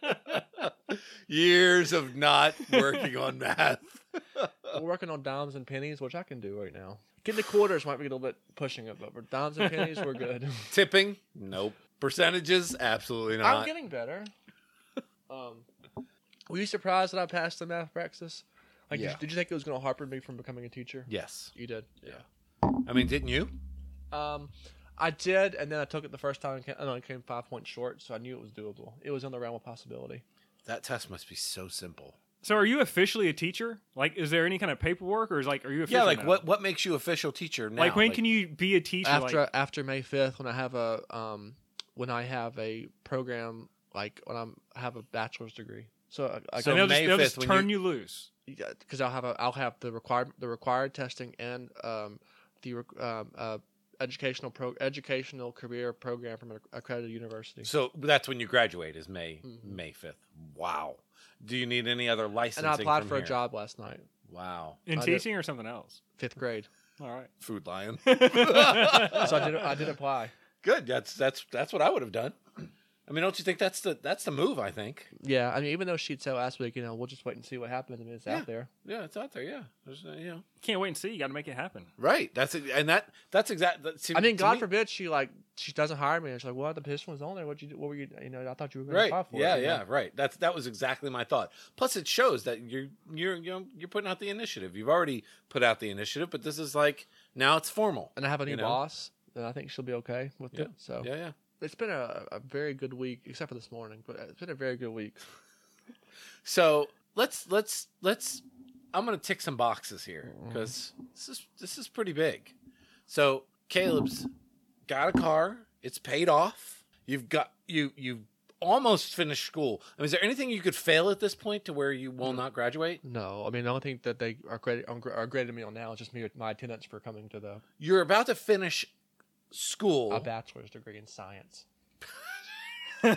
[SPEAKER 2] Years of not working on math.
[SPEAKER 3] We're working on dimes and pennies, which I can do right now. Getting the quarters might be a little bit pushing it, but for dimes and pennies, we're good.
[SPEAKER 2] Tipping? Nope. Percentages? Absolutely
[SPEAKER 3] I'm
[SPEAKER 2] not.
[SPEAKER 3] getting better. Um, were you surprised that I passed the math practice? Like, did,
[SPEAKER 2] Yeah.
[SPEAKER 3] you, did you think it was going to harper me from becoming a teacher?
[SPEAKER 2] yes.
[SPEAKER 3] You did.
[SPEAKER 2] I mean, didn't you?
[SPEAKER 3] Um, I did, and then I took it the first time, and ca- and I came five points short, so I knew it was doable. It was in the realm of possibility.
[SPEAKER 2] That test must be so simple.
[SPEAKER 1] so, are you officially a teacher? Like, is there any kind of paperwork, or is like, are you official?
[SPEAKER 2] yeah, like
[SPEAKER 1] now?
[SPEAKER 2] what what makes you official teacher now?
[SPEAKER 1] Like, when can you be a teacher?
[SPEAKER 3] after
[SPEAKER 1] like,
[SPEAKER 3] after May fifth, when I have a um, when I have a program like when I'm I have a bachelor's degree. So, I- I
[SPEAKER 1] so
[SPEAKER 2] So
[SPEAKER 1] they'll
[SPEAKER 2] May
[SPEAKER 1] just, they'll just
[SPEAKER 2] 5th, when
[SPEAKER 1] turn you, loose.
[SPEAKER 3] because I'll have a, I'll have the required the required testing and um, the re- um, uh, educational pro educational career program from an accredited university.
[SPEAKER 2] So that's when you graduate is May
[SPEAKER 3] Mhm.
[SPEAKER 2] May fifth. Wow. Do you need any other licensing?
[SPEAKER 3] and I applied
[SPEAKER 2] from
[SPEAKER 3] for a
[SPEAKER 2] here?
[SPEAKER 3] job last night,
[SPEAKER 2] Wow.
[SPEAKER 1] in
[SPEAKER 3] I did-
[SPEAKER 1] teaching or something else.
[SPEAKER 3] fifth grade.
[SPEAKER 1] All right.
[SPEAKER 2] Food lion.
[SPEAKER 3] So I did I did apply.
[SPEAKER 2] Good. That's that's that's what I would have done. I mean, don't you think that's the that's the move? I think.
[SPEAKER 3] Yeah, I mean, even though she'd said last week, you know, we'll just wait and see what happens. I mean, it's
[SPEAKER 2] Yeah.
[SPEAKER 3] out there.
[SPEAKER 2] Yeah, it's out there. Yeah, There's, uh, you know.
[SPEAKER 1] Can't wait and see. You got to make it happen.
[SPEAKER 2] Right. That's it. And that that's exactly.
[SPEAKER 3] I mean, God forbid she like she doesn't hire me. And she's like, well, the position was on there. What you do- what were you? You know, I thought you were going to
[SPEAKER 2] Right.
[SPEAKER 3] apply for it.
[SPEAKER 2] Yeah.
[SPEAKER 3] you know?
[SPEAKER 2] Yeah. Right. That's that was exactly my thought. Plus, it shows that you're you're you know, you're putting out the initiative. You've already put out the initiative, but this is like now it's formal.
[SPEAKER 3] And I have a new
[SPEAKER 2] You know?
[SPEAKER 3] boss, and I think she'll be okay with it. So
[SPEAKER 2] Yeah. Yeah.
[SPEAKER 3] it's been a, a very good week, except for this morning. But it's been a very good week.
[SPEAKER 2] So let's let's let's. I'm gonna tick some boxes here
[SPEAKER 3] Mm-hmm.
[SPEAKER 2] because this is this is pretty big. So Caleb's got a car. It's paid off. You've got you you've almost finished school. I mean, is there anything you could fail at this point to where you will not graduate?
[SPEAKER 3] No, I mean the only thing that they are graded, um, gra- are graded me on now is just me my attendance for coming to the
[SPEAKER 2] You're about to finish school.
[SPEAKER 3] a bachelor's degree in science.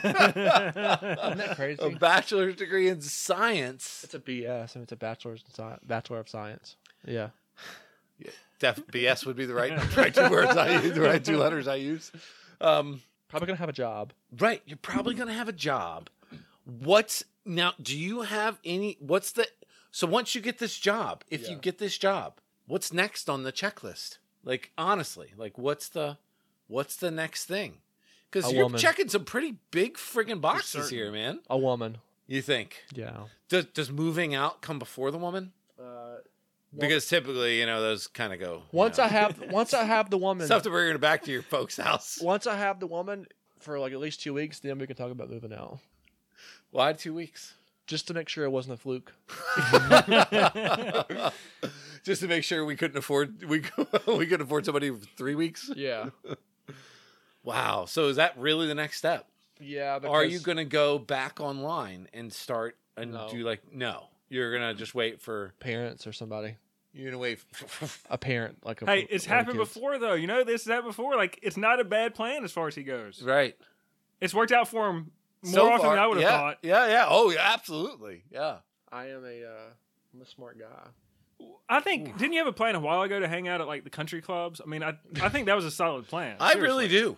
[SPEAKER 3] Isn't that crazy?
[SPEAKER 2] A bachelor's degree in science.
[SPEAKER 3] it's a BS and it's a bachelor's in sci- bachelor of science. Yeah,
[SPEAKER 2] Def- BS would be the right, the right two words I use, the right two letters I use. Um,
[SPEAKER 3] probably gonna have a job.
[SPEAKER 2] Right. You're probably going to have a job. What's now? Do you have any? What's the. So once you get this job, if you
[SPEAKER 3] Yeah.
[SPEAKER 2] get this job, what's next on the checklist? Like honestly, like what's the what's the next thing? Because
[SPEAKER 3] A
[SPEAKER 2] you're
[SPEAKER 3] woman.
[SPEAKER 2] checking some pretty big friggin' boxes
[SPEAKER 1] certain.
[SPEAKER 2] here, man.
[SPEAKER 3] A woman.
[SPEAKER 2] You think
[SPEAKER 3] Yeah.
[SPEAKER 2] does does moving out come before the woman?
[SPEAKER 3] Uh,
[SPEAKER 2] Because typically, you know, those kind of go. you
[SPEAKER 3] once
[SPEAKER 2] know.
[SPEAKER 3] I have once I have the woman.
[SPEAKER 2] stuff to bring it back to your folks' house.
[SPEAKER 3] once I have the woman for like at least two weeks, then we can talk about moving out.
[SPEAKER 2] Why two weeks?
[SPEAKER 3] Just to make sure it wasn't a fluke.
[SPEAKER 2] Just to make sure we couldn't afford we we could afford somebody for three weeks.
[SPEAKER 3] Yeah.
[SPEAKER 2] Wow. So is that really the next step?
[SPEAKER 3] Yeah. Because
[SPEAKER 2] Are you going to go back online and start and
[SPEAKER 3] No.
[SPEAKER 2] do like no? You're gonna just wait for
[SPEAKER 3] parents or somebody?
[SPEAKER 2] you're gonna wait.
[SPEAKER 3] A parent like a.
[SPEAKER 1] Hey, it's
[SPEAKER 3] one of the
[SPEAKER 1] happened
[SPEAKER 3] kids.
[SPEAKER 1] before though. You know this has happened before. Like it's not a bad plan as far as he goes.
[SPEAKER 2] right.
[SPEAKER 1] It's worked out for him more
[SPEAKER 2] So
[SPEAKER 1] often
[SPEAKER 2] far-
[SPEAKER 1] than I would have
[SPEAKER 2] yeah,
[SPEAKER 1] thought.
[SPEAKER 2] Yeah, yeah. Oh, yeah, absolutely. Yeah.
[SPEAKER 3] I am a. Uh, I'm a smart guy.
[SPEAKER 1] I think didn't you have a plan a while ago to hang out at like the country clubs? I mean, I I think that was a solid plan.
[SPEAKER 2] I
[SPEAKER 1] Seriously.
[SPEAKER 2] really do.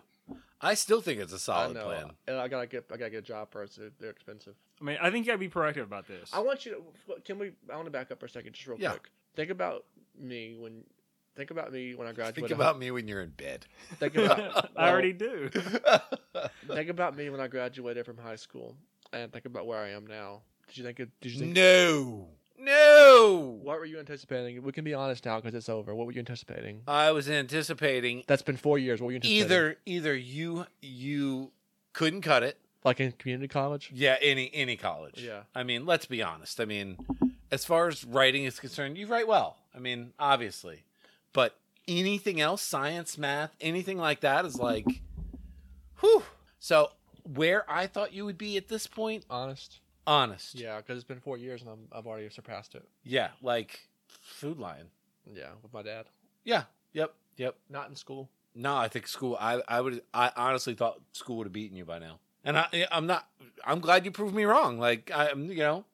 [SPEAKER 2] I still think it's a solid
[SPEAKER 3] I know.
[SPEAKER 2] plan.
[SPEAKER 3] And I gotta get. I gotta get a job first. They're, they're expensive.
[SPEAKER 1] I mean, I think you gotta be proactive about this.
[SPEAKER 3] I want you to. Can we? I want to back up for a second, just real
[SPEAKER 2] Yeah.
[SPEAKER 3] quick. Think about me when. Think about me when I graduate.
[SPEAKER 2] Think about me when you're in bed.
[SPEAKER 3] Think about.
[SPEAKER 1] I already do.
[SPEAKER 3] think about me when I graduated from high school, and think about where I am now. Did you think? It, did you think?
[SPEAKER 2] no. No.
[SPEAKER 3] What were you anticipating? We can be honest now because it's over. What were you anticipating?
[SPEAKER 2] I was anticipating
[SPEAKER 3] That's been four years. What were you anticipating?
[SPEAKER 2] either either you you couldn't cut it.
[SPEAKER 3] like in community college.
[SPEAKER 2] Yeah, any any college.
[SPEAKER 3] Yeah.
[SPEAKER 2] I mean, let's be honest. I mean, as far as writing is concerned, you write well. I mean, obviously. But anything else, science, math, anything like that is like whew. So where I thought you would be at this point,
[SPEAKER 3] Honest.
[SPEAKER 2] honest.
[SPEAKER 3] Yeah, because it's been four years and I'm, I've already surpassed it.
[SPEAKER 2] Yeah, like food lion.
[SPEAKER 3] Yeah, with my dad.
[SPEAKER 2] Yeah. Yep. Yep.
[SPEAKER 3] Not in school.
[SPEAKER 2] No, I think school. I I would. I honestly thought school would have beaten you by now. And I I'm not. I'm glad you proved me wrong. Like I'm, you know,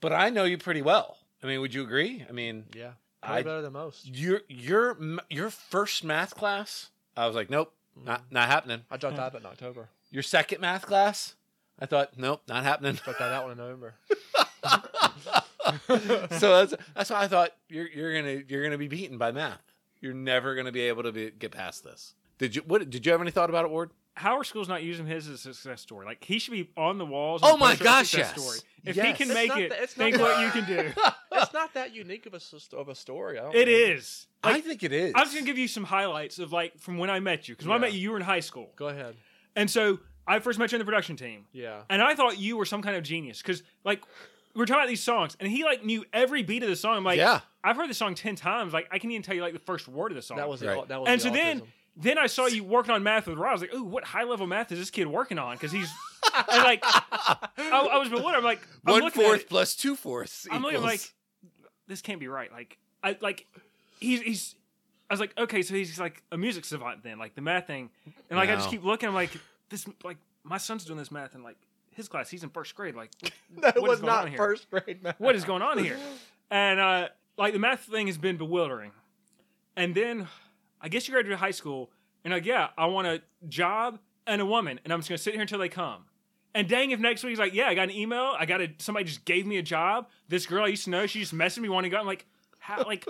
[SPEAKER 2] but I know you pretty well. I mean, would you agree? I mean,
[SPEAKER 3] Yeah, probably
[SPEAKER 2] I
[SPEAKER 3] better than most.
[SPEAKER 2] your your m- your first math class. I was like, nope, not not happening.
[SPEAKER 3] Mm-hmm. I dropped out in October.
[SPEAKER 2] Your second math class. I thought, nope, not happening.
[SPEAKER 3] Dropped that out in November.
[SPEAKER 2] so that's that's why I thought you're you're gonna you're gonna be beaten by math. You're never gonna be able to be, get past this. Did you what? Did you have any thought about it, Ward?
[SPEAKER 1] Howard School's not using his as a success story. Like he should be on the walls.
[SPEAKER 2] Oh
[SPEAKER 1] on the
[SPEAKER 2] my
[SPEAKER 1] poster as a
[SPEAKER 2] gosh,
[SPEAKER 1] success
[SPEAKER 2] yes.
[SPEAKER 1] Story. If
[SPEAKER 2] Yes.
[SPEAKER 1] he
[SPEAKER 2] It's
[SPEAKER 1] can make
[SPEAKER 3] not
[SPEAKER 1] it,
[SPEAKER 3] that- it's not
[SPEAKER 1] think
[SPEAKER 3] that-
[SPEAKER 1] what you can do.
[SPEAKER 3] it's not that unique of a s- of a story. I don't
[SPEAKER 1] It
[SPEAKER 3] know.
[SPEAKER 1] is. Like,
[SPEAKER 2] I think it is.
[SPEAKER 1] I'm just gonna give you some highlights of like from when I met you because when I
[SPEAKER 3] Yeah.
[SPEAKER 1] met you, you were in high school,
[SPEAKER 3] Go ahead.
[SPEAKER 1] and so I first met you on the production team,
[SPEAKER 3] Yeah.
[SPEAKER 1] and I thought you were some kind of genius because like we're talking about these songs, and he like knew every beat of the song. I'm like,
[SPEAKER 2] Yeah.
[SPEAKER 1] I've heard the song ten times. Like I can even tell you like the first word of the song.
[SPEAKER 3] That was the
[SPEAKER 2] Right.
[SPEAKER 3] au- that was
[SPEAKER 1] and
[SPEAKER 3] the
[SPEAKER 1] so then
[SPEAKER 3] autism.
[SPEAKER 1] then I saw you working on math with Rod. I was like, ooh, what high level math is this kid working on? Because he's and like I, I was bewildered. I'm like I'm
[SPEAKER 2] one
[SPEAKER 1] looking at
[SPEAKER 2] fourth
[SPEAKER 1] it.
[SPEAKER 2] plus two fourths.
[SPEAKER 1] I'm looking
[SPEAKER 2] equals-
[SPEAKER 1] like this can't be right. Like I like he's he's I was like okay, so he's like a music savant then, like the math thing, and like I just
[SPEAKER 2] No.
[SPEAKER 1] keep looking. I'm like this like my son's doing this math in like his class. He's in first grade. Like
[SPEAKER 3] that
[SPEAKER 1] what is
[SPEAKER 3] was
[SPEAKER 1] going on
[SPEAKER 3] not
[SPEAKER 1] here?
[SPEAKER 3] first grade math.
[SPEAKER 1] what is going on here? And uh, like the math thing has been bewildering. And then I guess you graduated high school, and like, yeah, I want a job and a woman, and I'm just gonna sit here until they come. And dang, if next week he's like, yeah, I got an email, I got a somebody just gave me a job. This girl I used to know, she just messaged me wanting to go. I'm like, how like.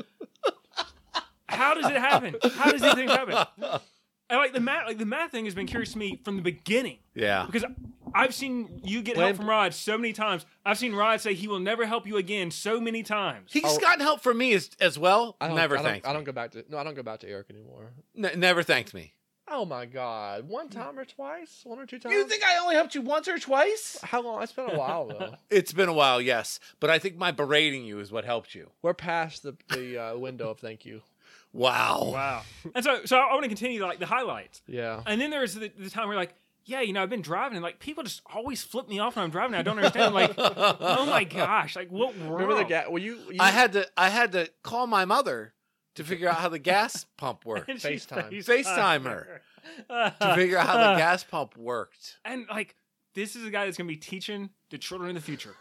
[SPEAKER 1] How does it happen? How does these things happen? And like the math, like the math thing has been curious to me from the beginning
[SPEAKER 2] yeah,
[SPEAKER 1] because I've seen you get
[SPEAKER 3] When-
[SPEAKER 1] help from Rod so many times. I've seen Rod say he will never help you again so many times.
[SPEAKER 2] he's
[SPEAKER 3] Oh.
[SPEAKER 2] gotten help from me as, as well.
[SPEAKER 3] I don't,
[SPEAKER 2] Never
[SPEAKER 3] I don't,
[SPEAKER 2] thanked.
[SPEAKER 3] I
[SPEAKER 2] me.
[SPEAKER 3] don't go back to no. I don't go back to Eric anymore.
[SPEAKER 2] N- never thanked me.
[SPEAKER 3] Oh my god! One time or twice, one or two times.
[SPEAKER 2] You think I only helped you once or twice?
[SPEAKER 3] How long? It's been a while though.
[SPEAKER 2] It's been a while, yes, but I think my berating you is what helped you.
[SPEAKER 3] We're past the the uh, window of thank you.
[SPEAKER 2] Wow.
[SPEAKER 1] wow. and so, so I want to continue like the highlights.
[SPEAKER 3] Yeah.
[SPEAKER 1] And then there's the, the time where like, yeah, you know, I've been driving and like people just always flip me off when I'm driving. I don't understand. like, oh my gosh, like what world?
[SPEAKER 3] Remember the guy? Were you? you
[SPEAKER 2] I had to I had to call my mother to figure out how the gas pump worked.
[SPEAKER 1] And uh, she
[SPEAKER 3] FaceTime.
[SPEAKER 2] FaceTime her.
[SPEAKER 1] FaceTime
[SPEAKER 2] To
[SPEAKER 1] her.
[SPEAKER 2] figure out how the gas pump worked.
[SPEAKER 1] and like this is a guy that's gonna be teaching the children in the future.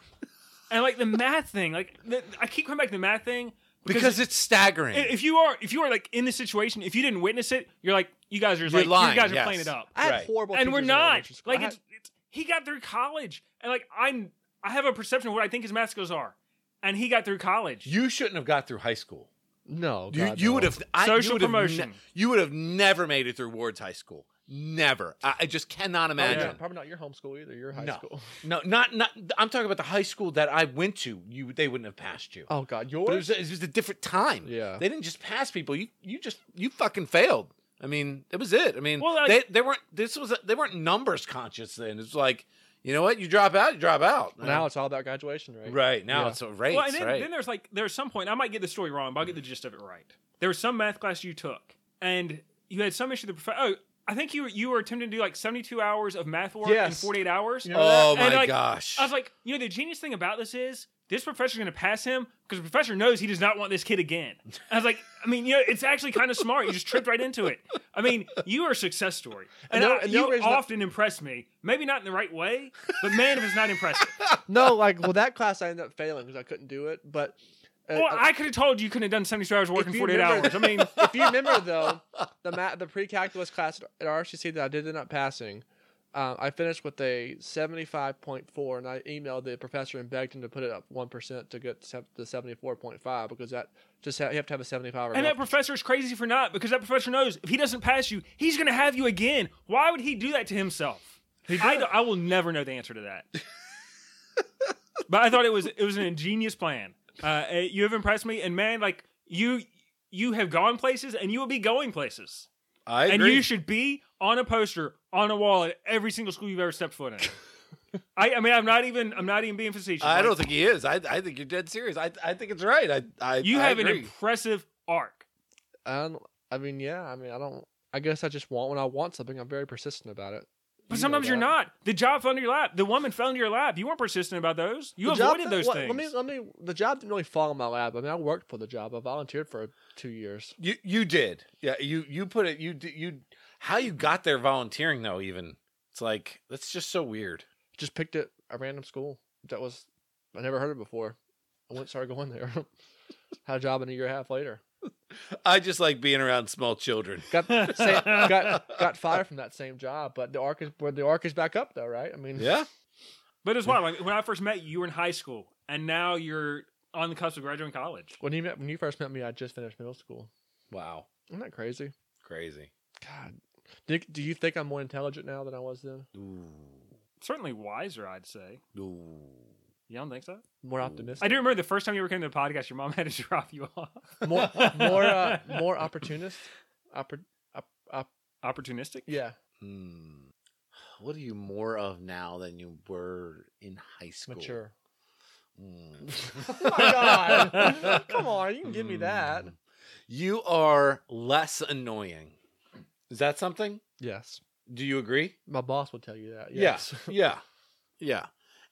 [SPEAKER 1] And like the math thing, like the, I keep coming back to the math thing
[SPEAKER 2] Because it's staggering.
[SPEAKER 1] I- if you are if you are like in this situation, if you didn't witness it, you're like you guys are just
[SPEAKER 2] You're
[SPEAKER 1] like
[SPEAKER 2] lying,
[SPEAKER 1] you guys are
[SPEAKER 2] yes.
[SPEAKER 1] playing it up,
[SPEAKER 3] I had
[SPEAKER 2] Right.
[SPEAKER 3] horrible.
[SPEAKER 1] and we're
[SPEAKER 3] teachers in
[SPEAKER 1] not.
[SPEAKER 3] elementary school.
[SPEAKER 1] Like
[SPEAKER 3] I had-
[SPEAKER 1] it's, it's he got through college, and like I'm I have a perception of what I think his math skills are, and he got through college.
[SPEAKER 2] you shouldn't have got through high school.
[SPEAKER 3] No,
[SPEAKER 2] You,
[SPEAKER 3] Oh, God,
[SPEAKER 2] you
[SPEAKER 3] no.
[SPEAKER 2] would have I,
[SPEAKER 1] Social
[SPEAKER 2] you would have ne-
[SPEAKER 1] promotion.
[SPEAKER 2] you would have never made it through Ward's High School. Never. I, I just cannot
[SPEAKER 3] Oh, yeah,
[SPEAKER 2] imagine.
[SPEAKER 3] Probably not your homeschool either. Your high
[SPEAKER 2] No.
[SPEAKER 3] school.
[SPEAKER 2] No, not not. I'm talking about the high school that I went to. You they wouldn't have passed you.
[SPEAKER 3] Oh God,
[SPEAKER 2] But it
[SPEAKER 3] yours.
[SPEAKER 2] was, it was a different time.
[SPEAKER 3] Yeah.
[SPEAKER 2] they didn't just pass people. You you just you fucking failed. I mean, it was it. I mean,
[SPEAKER 1] Well, I-
[SPEAKER 2] they they weren't. This was they weren't numbers conscious then. It's like you know what you drop out, you drop out.
[SPEAKER 3] Well, now it's all about graduation, right?
[SPEAKER 2] right now
[SPEAKER 3] Yeah.
[SPEAKER 2] it's a race.
[SPEAKER 1] Well, and then,
[SPEAKER 2] right.
[SPEAKER 1] then there's like there's some point I might get the story wrong, but I'll get the gist of it right. There was some math class you took, and you had some issue. With the prof- oh, I think you were, you were attempting to do like 72 hours of math work in
[SPEAKER 3] Yes.
[SPEAKER 1] 48 hours.
[SPEAKER 3] You know
[SPEAKER 2] oh
[SPEAKER 1] that-
[SPEAKER 2] my
[SPEAKER 1] and, like,
[SPEAKER 2] gosh.
[SPEAKER 1] I was like, you know, the genius thing about this is this professor's going to pass him because the professor knows he does not want this kid again. I was like, I mean, you know, it's actually kind of smart. You just tripped right into it. I mean, you are a success story, and,
[SPEAKER 3] And the-
[SPEAKER 1] I-
[SPEAKER 3] and the
[SPEAKER 1] you
[SPEAKER 3] only reason I-
[SPEAKER 1] often impress me. Maybe not in the right way, but man, if it's not impressive.
[SPEAKER 3] Uh, No, like well, that class I ended up failing because I couldn't do it. But uh,
[SPEAKER 1] Well,
[SPEAKER 3] uh,
[SPEAKER 1] I could have told you you couldn't have done 72 hours of work in
[SPEAKER 3] you
[SPEAKER 1] 48
[SPEAKER 3] remember-
[SPEAKER 1] hours. I mean,
[SPEAKER 3] if you remember though, the ma- the pre calculus class at RCC that I did end up passing, um, I finished with a seventy five point four, and I emailed the professor and begged him to put it up one percent to get se- to seventy four point five because that just ha- you have to have a seventy five.
[SPEAKER 1] and that professor is crazy for not because that professor knows if he doesn't pass you, he's going to have you again. Why would he do that to himself? I, don't- I will never know the answer to that. but I thought it was it was an ingenious plan. Uh, eh, you have impressed me, and man, like you you have gone places, and you will be going places.
[SPEAKER 2] I
[SPEAKER 1] and
[SPEAKER 2] agree.
[SPEAKER 1] you should be on a poster on a wall at every single school you've ever stepped foot in. I, I mean, I'm not even I'm not even being facetious.
[SPEAKER 2] I
[SPEAKER 1] Like,
[SPEAKER 2] don't think he is. I, I think you're dead serious. I, I think it's right. I, I
[SPEAKER 1] you
[SPEAKER 2] I
[SPEAKER 1] have
[SPEAKER 2] agree.
[SPEAKER 1] an impressive arc.
[SPEAKER 3] And I mean, yeah, I mean, I don't. I guess I just want when I want something, I'm very persistent about it.
[SPEAKER 1] But
[SPEAKER 3] You know
[SPEAKER 1] sometimes you're
[SPEAKER 3] that.
[SPEAKER 1] not. The job fell into your lap. The woman fell into your lap. You weren't persistent about those. You
[SPEAKER 3] The job
[SPEAKER 1] avoided
[SPEAKER 3] didn't-
[SPEAKER 1] those
[SPEAKER 3] well,
[SPEAKER 1] things.
[SPEAKER 3] Let me, let me. The job didn't really fall in my lap. I mean, I worked for the job. I volunteered for two years.
[SPEAKER 2] You you did. Yeah, you you put it you d- you how you got there volunteering though even. It's like that's just so weird.
[SPEAKER 3] Just picked it a random school that was I never heard of before. I went started going there. Had a job in a year and a half later.
[SPEAKER 2] I just like being around small children.
[SPEAKER 3] Got sa- got got fired from that same job, but the arc is where the arc is back up though, right? I mean,
[SPEAKER 2] Yeah.
[SPEAKER 1] but it's wild. Like, when I first met you, you were in high school, and now you're on the cusp of graduating college.
[SPEAKER 3] When you met, when you first met me, I just finished middle school.
[SPEAKER 2] Wow.
[SPEAKER 3] Isn't that crazy?
[SPEAKER 2] Crazy.
[SPEAKER 3] God, do, do you think I'm more intelligent now than I was then?
[SPEAKER 2] Ooh.
[SPEAKER 1] Certainly wiser, I'd say.
[SPEAKER 2] Ooh.
[SPEAKER 1] You don't think so?
[SPEAKER 3] More optimistic.
[SPEAKER 1] I do remember the first time you ever came to the podcast, your mom had to drop you off.
[SPEAKER 3] more more uh, more opportunist. Oppor- op- op-
[SPEAKER 1] Opportunistic?
[SPEAKER 3] yeah.
[SPEAKER 2] Hmm. What are you more of now than you were in high school?
[SPEAKER 3] Mature.
[SPEAKER 2] Hmm.
[SPEAKER 3] Oh my god! Come on, you can give me that.
[SPEAKER 2] Hmm. You are less annoying. Is that something?
[SPEAKER 3] Yes,
[SPEAKER 2] Do you agree?
[SPEAKER 3] my boss will tell you that.
[SPEAKER 2] Yeah.
[SPEAKER 3] Yes.
[SPEAKER 2] Yeah. Yeah.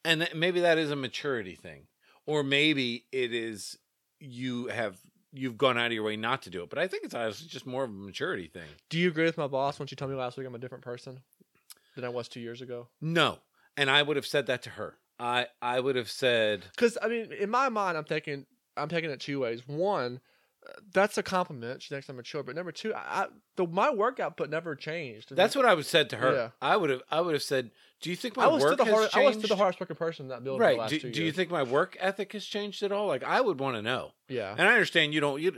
[SPEAKER 2] And th- maybe that is a maturity thing. Or maybe it is you have you've gone out of your way not to do it. But I think it's honestly just more of a maturity thing.
[SPEAKER 3] Do you agree with my boss when she told me last week I'm a different person than I was two years ago?
[SPEAKER 2] No. And I would have said that to her. I I would have said
[SPEAKER 3] Because I mean, in my mind, I'm thinking I'm taking it two ways. One, uh, that's a compliment. She thinks I'm mature. But number two, I, I the, my work output never changed.
[SPEAKER 2] that's what I would said to her.
[SPEAKER 3] Yeah.
[SPEAKER 2] I would have I would have said, Do you think my
[SPEAKER 3] I was still
[SPEAKER 2] work
[SPEAKER 3] the
[SPEAKER 2] has
[SPEAKER 3] hardest. I was still the
[SPEAKER 2] changed?"
[SPEAKER 3] hardest working person in that building. The
[SPEAKER 2] Right.
[SPEAKER 3] last
[SPEAKER 2] Do,
[SPEAKER 3] two
[SPEAKER 2] do you
[SPEAKER 3] years.
[SPEAKER 2] think my work ethic has changed at all? Like I would want to know.
[SPEAKER 3] Yeah.
[SPEAKER 2] And I understand you don't you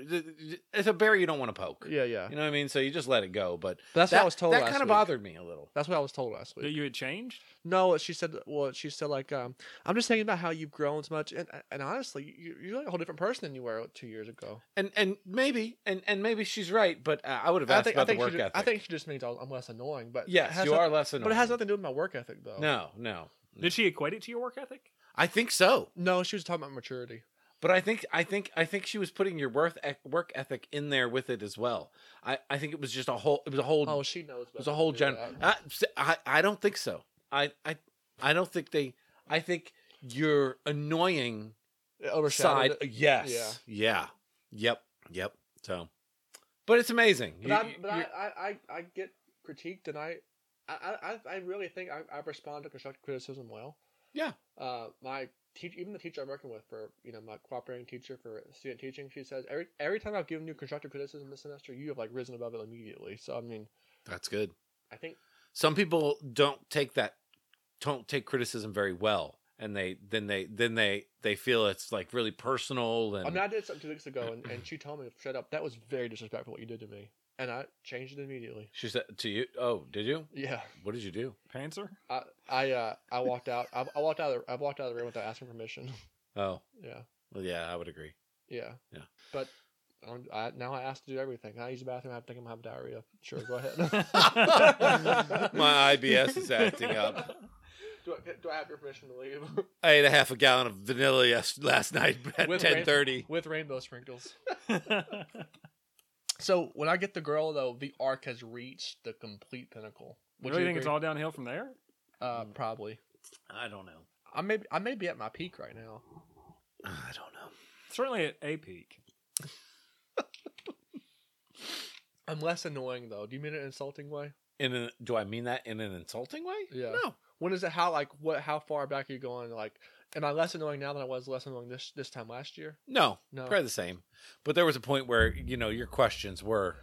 [SPEAKER 2] it's a bear you don't want to poke.
[SPEAKER 3] Yeah. Yeah.
[SPEAKER 2] You know what I mean? So you just let it go. But
[SPEAKER 3] That's
[SPEAKER 2] that,
[SPEAKER 3] what I was told.
[SPEAKER 2] that
[SPEAKER 3] last
[SPEAKER 2] kind of
[SPEAKER 3] week.
[SPEAKER 2] bothered me a little.
[SPEAKER 3] That's what I was told last week.
[SPEAKER 1] That you had changed?
[SPEAKER 3] No, she said. Well, she said like, um, I'm just thinking about how you've grown so much, and and honestly, you, you're like a whole different person than you were two years ago.
[SPEAKER 2] And and maybe and and maybe she's right, but uh, I would have
[SPEAKER 3] I
[SPEAKER 2] asked
[SPEAKER 3] think I
[SPEAKER 2] about
[SPEAKER 3] think,
[SPEAKER 2] the
[SPEAKER 3] she
[SPEAKER 2] work
[SPEAKER 3] ju-
[SPEAKER 2] ethic.
[SPEAKER 3] I think she just means I'm less annoying, but it
[SPEAKER 2] yes,
[SPEAKER 3] has
[SPEAKER 2] you
[SPEAKER 3] noth-
[SPEAKER 2] are less annoying.
[SPEAKER 3] But it has nothing to do with my work ethic, though.
[SPEAKER 2] No, no.
[SPEAKER 1] Did she equate it to your work ethic?
[SPEAKER 2] I think so,
[SPEAKER 3] no, she was talking about maturity.
[SPEAKER 2] but I think I think I think she was putting your worth ec- work ethic in there with it as well. I I think it was just a whole. It was a whole.
[SPEAKER 3] Oh, she knows.
[SPEAKER 2] it was a whole gen. I, I I don't think so. I I I don't think they. I think your annoying side.
[SPEAKER 3] Overside.
[SPEAKER 2] Yes. Yeah. Yep. Yep. So, but it's amazing.
[SPEAKER 3] But,
[SPEAKER 2] You-
[SPEAKER 3] I, but
[SPEAKER 2] you-
[SPEAKER 3] I, I, I, I get critiqued, and I, I, I, I really think I, I respond to constructive criticism well.
[SPEAKER 2] Yeah.
[SPEAKER 3] Uh, my teach, even the teacher I'm working with for, you know, my cooperating teacher for student teaching, she says every every time I've given you constructive criticism this semester, you have like risen above it immediately. So I mean,
[SPEAKER 2] that's good.
[SPEAKER 3] I think
[SPEAKER 2] some people don't take that don't take criticism very well and they then they then they they feel it's like really personal and
[SPEAKER 3] I mean, I did something two weeks ago, and, and she told me, "Shut up." That was very disrespectful what you did to me, and I changed it immediately.
[SPEAKER 2] she said to you, "Oh, did you?
[SPEAKER 3] Yeah,
[SPEAKER 2] What did you do?"
[SPEAKER 1] Panzer?
[SPEAKER 3] I I uh, I walked out. I, I walked out. Of the, I walked out of the room without asking permission.
[SPEAKER 2] Oh,
[SPEAKER 3] Yeah,
[SPEAKER 2] well, yeah, I would agree.
[SPEAKER 3] yeah,
[SPEAKER 2] Yeah.
[SPEAKER 3] But um, I, now I asked to do everything. I use the bathroom. I think I'm having diarrhea. Sure, go ahead.
[SPEAKER 2] My IBS is acting up.
[SPEAKER 3] do, I, do I have your permission to leave
[SPEAKER 2] I ate a half a gallon of vanilla yes- last night at
[SPEAKER 3] With
[SPEAKER 2] ten thirty.
[SPEAKER 3] with rainbow sprinkles? So when I get the girl though, the arc has reached the complete pinnacle.
[SPEAKER 1] What
[SPEAKER 3] Would
[SPEAKER 1] do you
[SPEAKER 3] you
[SPEAKER 1] think it's Mm.
[SPEAKER 3] agree?
[SPEAKER 1] all downhill from there?
[SPEAKER 3] Uh, probably.
[SPEAKER 2] I don't know.
[SPEAKER 3] I may I may be at my peak right now.
[SPEAKER 2] I don't know.
[SPEAKER 1] Certainly at a peak.
[SPEAKER 3] I'm less annoying though. Do you mean it in an insulting way?
[SPEAKER 2] In an, do I mean that in an insulting way?
[SPEAKER 3] Yeah.
[SPEAKER 2] No.
[SPEAKER 3] When is it? How like what? How far back are you going? Like, am I less annoying now than I was less annoying this this time last year?
[SPEAKER 2] No.
[SPEAKER 3] No.
[SPEAKER 2] Probably the same. But there was a point where you know your questions were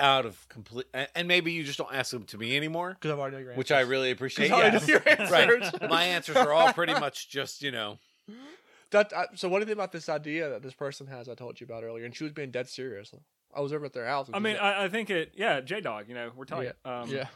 [SPEAKER 2] out of complete, a- and maybe you just don't ask them to me anymore,
[SPEAKER 3] Because I've already know your
[SPEAKER 2] which I
[SPEAKER 3] answers.
[SPEAKER 2] really appreciate.
[SPEAKER 3] 'Cause I already
[SPEAKER 2] Yes.
[SPEAKER 3] know your answers.
[SPEAKER 2] right. My answers are all pretty much just you know.
[SPEAKER 3] That, I, so what do you think about this idea that this person has? I told you about earlier, and she was being dead serious. I was over at their house. and
[SPEAKER 1] I
[SPEAKER 3] she's
[SPEAKER 1] mean,
[SPEAKER 3] like-
[SPEAKER 1] I, I think it, yeah, J Dog, you know, we're tight. Um,
[SPEAKER 3] yeah,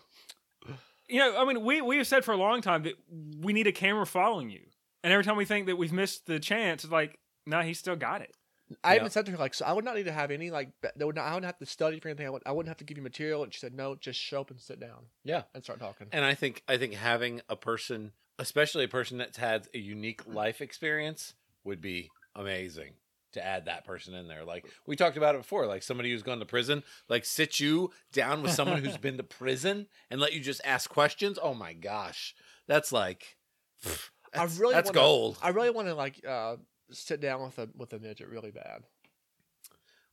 [SPEAKER 1] You know, I mean, we, we have said for a long time that we need a camera following you. And every time we think that we've missed the chance, it's like, no, he's still got it.
[SPEAKER 3] I
[SPEAKER 2] yeah.
[SPEAKER 3] even said to her like, so I would not need to have any like, be- there would not, I wouldn't have to study for anything. I, would, I wouldn't have to give you material. And she said, no, just show up and sit down
[SPEAKER 2] Yeah.
[SPEAKER 3] and start talking.
[SPEAKER 2] And I think I think having a person, especially a person that's had a unique life experience, would be amazing to add that person in there. Like we talked about it before, like somebody who's gone to prison, like sit you down with someone who's been to prison and let you just ask questions. Oh my gosh, that's like, pff,
[SPEAKER 3] I
[SPEAKER 2] that's,
[SPEAKER 3] really
[SPEAKER 2] that's
[SPEAKER 3] wanna-
[SPEAKER 2] gold.
[SPEAKER 3] I really want to like uh, sit down with a with a midget really bad.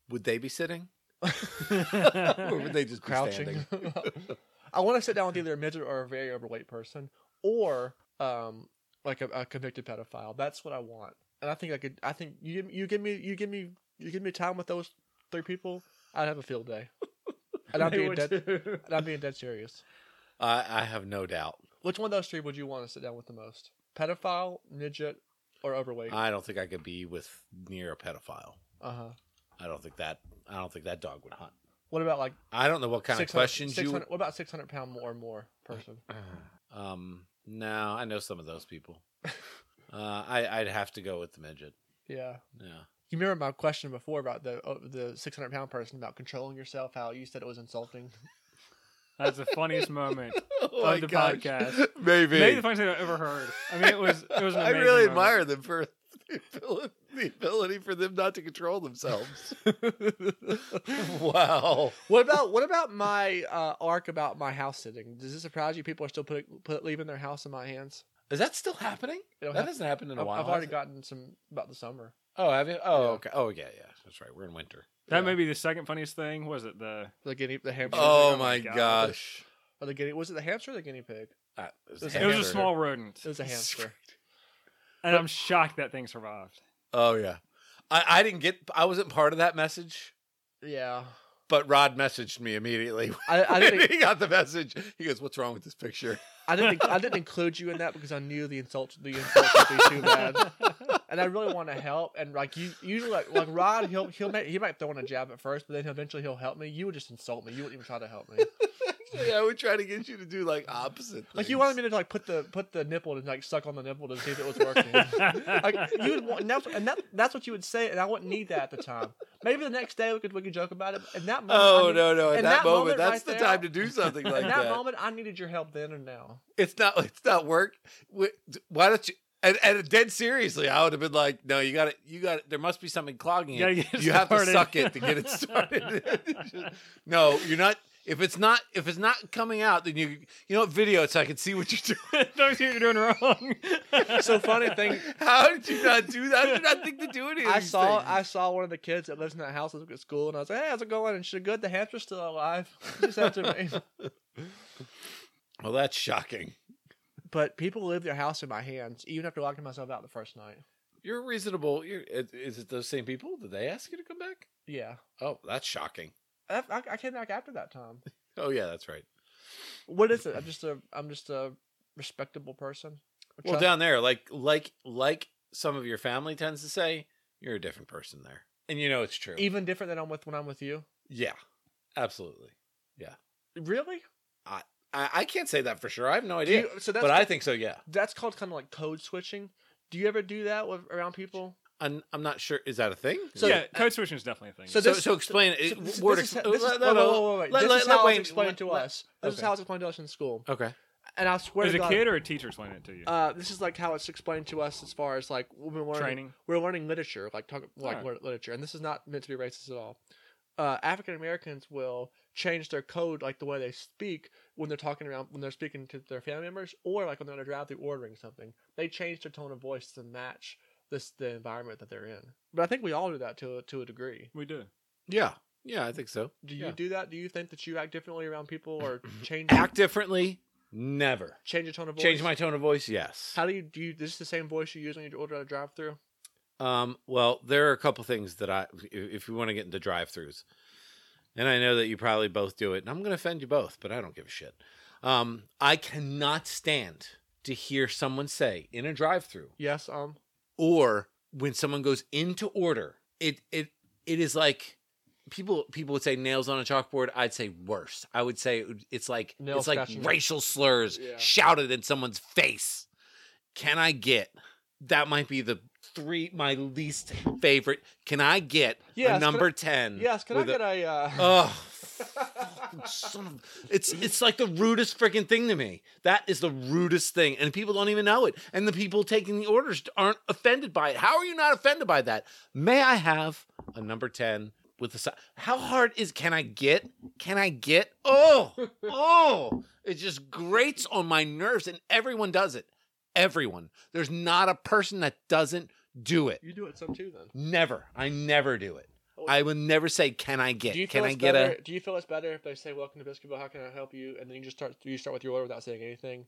[SPEAKER 2] Would they be sitting? or
[SPEAKER 1] I
[SPEAKER 2] would they just be
[SPEAKER 3] crouching.
[SPEAKER 2] standing?
[SPEAKER 3] I want to sit down with either a midget or a very overweight person, or um, like a, a convicted pedophile. That's what I want, and I think I could. I think you give- you give me you give me you give me time with those three people, I'd have a field day, and I'm being dead. And I'm being dead serious.
[SPEAKER 2] I, I have no doubt.
[SPEAKER 3] Which one of those three would you want to sit down with the most? Pedophile, midget, or overweight? Uh
[SPEAKER 2] I don't think I could be with near a pedophile.
[SPEAKER 3] huh.
[SPEAKER 2] I don't think that. I don't think that dog would hunt.
[SPEAKER 3] What about like
[SPEAKER 2] I don't know what kind of
[SPEAKER 3] 600
[SPEAKER 2] questions you
[SPEAKER 3] 600 What about six hundred pound more or more person?
[SPEAKER 2] Um, no, I know some of those people. Uh, I, I'd have to go with the midget.
[SPEAKER 3] Yeah.
[SPEAKER 2] Yeah.
[SPEAKER 3] You remember my question before about the uh, the six hundred pound person about controlling yourself? How you said it was insulting.
[SPEAKER 1] That's the funniest moment.
[SPEAKER 2] Oh
[SPEAKER 1] my the gosh. podcast.
[SPEAKER 2] Maybe.
[SPEAKER 1] Maybe the funniest thing I've ever heard. I mean, it was, it was an
[SPEAKER 2] I
[SPEAKER 1] amazing
[SPEAKER 2] really
[SPEAKER 1] moment.
[SPEAKER 2] admire them for the ability, the ability for them not to control themselves. wow.
[SPEAKER 3] What about what about my uh, arc about my house sitting? Does this surprise you? People are still putting put, leaving their house in my hands.
[SPEAKER 2] Is that still happening?
[SPEAKER 3] It'll
[SPEAKER 2] That
[SPEAKER 3] hap-
[SPEAKER 2] hasn't happened in a
[SPEAKER 3] I've,
[SPEAKER 2] while.
[SPEAKER 3] I've already
[SPEAKER 2] has it?
[SPEAKER 3] gotten some about the summer.
[SPEAKER 2] Oh, have you? Oh,
[SPEAKER 3] Yeah.
[SPEAKER 2] okay. Oh, yeah, yeah. That's right. We're in winter.
[SPEAKER 1] That
[SPEAKER 3] Yeah.
[SPEAKER 1] may be the second funniest thing. Was it the
[SPEAKER 3] The guinea the hamster.
[SPEAKER 2] Oh,
[SPEAKER 1] Oh my
[SPEAKER 2] my
[SPEAKER 1] God.
[SPEAKER 2] gosh.
[SPEAKER 3] Or the guinea was it the hamster or the guinea pig?
[SPEAKER 2] Uh, it was,
[SPEAKER 3] It was
[SPEAKER 1] It was a
[SPEAKER 2] hamster.
[SPEAKER 1] small rodent,
[SPEAKER 3] It was a hamster.
[SPEAKER 1] and I'm shocked that thing survived.
[SPEAKER 2] Oh yeah. I, I didn't get. I wasn't part of that message.
[SPEAKER 3] yeah.
[SPEAKER 2] But Rod messaged me immediately.
[SPEAKER 3] I, I
[SPEAKER 2] when
[SPEAKER 3] didn't
[SPEAKER 2] he got the message. He goes, "What's wrong with this picture?"
[SPEAKER 3] I didn't I didn't include you in that because I knew the insult the insult would be too bad. and I really want to help. And like you, usually like, like Rod, he'll he'll make he might throw in a jab at first, but then eventually he'll help me. You would just insult me. You wouldn't even try to help me.
[SPEAKER 2] Actually, I would try to get you to do like opposite.
[SPEAKER 3] Like you wanted me to like put the put the nipple and like suck on the nipple to see if it was working. like you would want, and that's and that, that's what you would say, and I wouldn't need that at the time. Maybe the next day we could we could joke about it. And that moment, I
[SPEAKER 2] Oh
[SPEAKER 3] need-
[SPEAKER 2] no no! At
[SPEAKER 3] in
[SPEAKER 2] that,
[SPEAKER 3] that
[SPEAKER 2] moment,
[SPEAKER 3] moment
[SPEAKER 2] that's
[SPEAKER 3] right
[SPEAKER 2] the
[SPEAKER 3] there-
[SPEAKER 2] time to do something like
[SPEAKER 3] In that,
[SPEAKER 2] that.
[SPEAKER 3] moment, I needed your help then and now.
[SPEAKER 2] It's not. It's not work. Wh- Why don't you? And, and dead seriously, I would have been like, "No, you got to You got to There must be something clogging
[SPEAKER 1] Gotta
[SPEAKER 2] it.
[SPEAKER 1] get it
[SPEAKER 2] You have to
[SPEAKER 1] started."
[SPEAKER 2] suck it to get it started." no, you're not. If it's not if it's not coming out, then you you know video it so I can see what you're doing.
[SPEAKER 1] Don't see what you're doing wrong.
[SPEAKER 3] So funny thing,
[SPEAKER 2] How did you not do that? How did you not think to do any of
[SPEAKER 3] I
[SPEAKER 2] these
[SPEAKER 3] saw
[SPEAKER 2] things?
[SPEAKER 3] I saw one of the kids that lives in that house at school, and I was like, "Hey, how's it going?" And she said, "Good. The hamster's still alive." She said to me,
[SPEAKER 2] Well, that's shocking.
[SPEAKER 3] "But people leave their house in my hands, even after locking myself out the first night."
[SPEAKER 2] You're reasonable. You're, is- is it those same people? Did they ask you to come back?
[SPEAKER 3] Yeah,
[SPEAKER 2] Oh, that's shocking.
[SPEAKER 3] I, I, I came back after that time.
[SPEAKER 2] Oh yeah, that's right.
[SPEAKER 3] What is it? I'm just a I'm just a respectable person.
[SPEAKER 2] Well, down there, like like like some of your family tends to say, you're a different person there, and you know it's true.
[SPEAKER 3] even different than I'm with when I'm with you.
[SPEAKER 2] yeah, absolutely.
[SPEAKER 3] Really?
[SPEAKER 2] I, I can't say that for sure. I have no
[SPEAKER 3] Do
[SPEAKER 2] idea,
[SPEAKER 3] you, so that's
[SPEAKER 2] but I think so. Yeah,
[SPEAKER 3] that's called kind of like code switching. Do you ever do that with, around people?
[SPEAKER 2] I'm I'm not sure. Is that a thing?
[SPEAKER 3] So-
[SPEAKER 1] yeah, code switching is definitely a thing.
[SPEAKER 3] So
[SPEAKER 2] so,
[SPEAKER 3] this-
[SPEAKER 2] so explain
[SPEAKER 3] So
[SPEAKER 2] it.
[SPEAKER 3] this,
[SPEAKER 2] word
[SPEAKER 3] this is,
[SPEAKER 2] ex- uh,
[SPEAKER 3] how- this is,
[SPEAKER 2] let-
[SPEAKER 3] wait,
[SPEAKER 2] let-
[SPEAKER 3] wait, wait, wait, wait.
[SPEAKER 2] let-
[SPEAKER 3] This
[SPEAKER 2] let-
[SPEAKER 3] is
[SPEAKER 2] let
[SPEAKER 3] how
[SPEAKER 2] Wayne-
[SPEAKER 3] it's explained to
[SPEAKER 2] let-
[SPEAKER 3] us. This is
[SPEAKER 2] okay.
[SPEAKER 3] how it's explained to us in school.
[SPEAKER 2] Okay.
[SPEAKER 3] And I swear
[SPEAKER 1] As
[SPEAKER 3] to
[SPEAKER 1] a
[SPEAKER 3] God,
[SPEAKER 1] kid or a teacher explaining it to you?
[SPEAKER 3] uh, this is like how it's explained to us as far as like we've been learning.
[SPEAKER 1] Training.
[SPEAKER 3] We're learning literature, like talk like
[SPEAKER 1] Alright.
[SPEAKER 3] lear- literature, and this is not meant to be racist at all. Uh, African Americans will change their code, like the way they speak when they're talking around, when they're speaking to their family members, or like when they're in a drive-through ordering something. They change their tone of voice to match this the environment that they're in. But I think we all do that to a, to a degree.
[SPEAKER 1] We do.
[SPEAKER 2] Yeah. Yeah, I think so.
[SPEAKER 3] Do you
[SPEAKER 2] Yeah.
[SPEAKER 3] do that? Do you think that you act differently around people or change
[SPEAKER 2] Act differently? Never.
[SPEAKER 3] change your tone of voice?
[SPEAKER 2] Change my tone of voice? Yes.
[SPEAKER 3] How do you do? You, this is the same voice you use when you order a drive-through.
[SPEAKER 2] Um, well, there are a couple things that I, if- if you want to get into drive-throughs, and I know that you probably both do it, and I'm going to offend you both, but I don't give a shit. Um, I cannot stand to hear someone say in a drive-through
[SPEAKER 3] Yes. Um.
[SPEAKER 2] or when someone goes into order, it it it is like people people would say nails on a chalkboard. I'd say worse. I would say it would- it's like
[SPEAKER 3] Nail
[SPEAKER 2] it's like
[SPEAKER 3] scratching.
[SPEAKER 2] racial slurs
[SPEAKER 3] Yeah.
[SPEAKER 2] shouted in someone's face. Can I get that? Might be the three my least favorite. Can I get
[SPEAKER 3] Yes,
[SPEAKER 2] a
[SPEAKER 3] can
[SPEAKER 2] number ten?
[SPEAKER 3] Yes. Can I get a? uh,
[SPEAKER 2] Oh, son of, it's it's like the rudest freaking thing to me. That is the rudest thing, and people don't even know it. And the people taking the orders aren't offended by it. How are you not offended by that? May I have a number ten with a si- How hard is can I get? Can I get? Oh, oh! It just grates on my nerves, and everyone does it. Everyone. There's not a person that doesn't do it.
[SPEAKER 3] you do it some too, then.
[SPEAKER 2] Never. I never do it. I will never say, "Can I get?
[SPEAKER 3] Do you
[SPEAKER 2] Can
[SPEAKER 3] feel
[SPEAKER 2] I
[SPEAKER 3] it's
[SPEAKER 2] get
[SPEAKER 3] better,
[SPEAKER 2] a?"
[SPEAKER 3] Do you feel it's better if they say "Welcome to Biscuitville. How can I help you?" And then you just start. You start with your order without saying anything.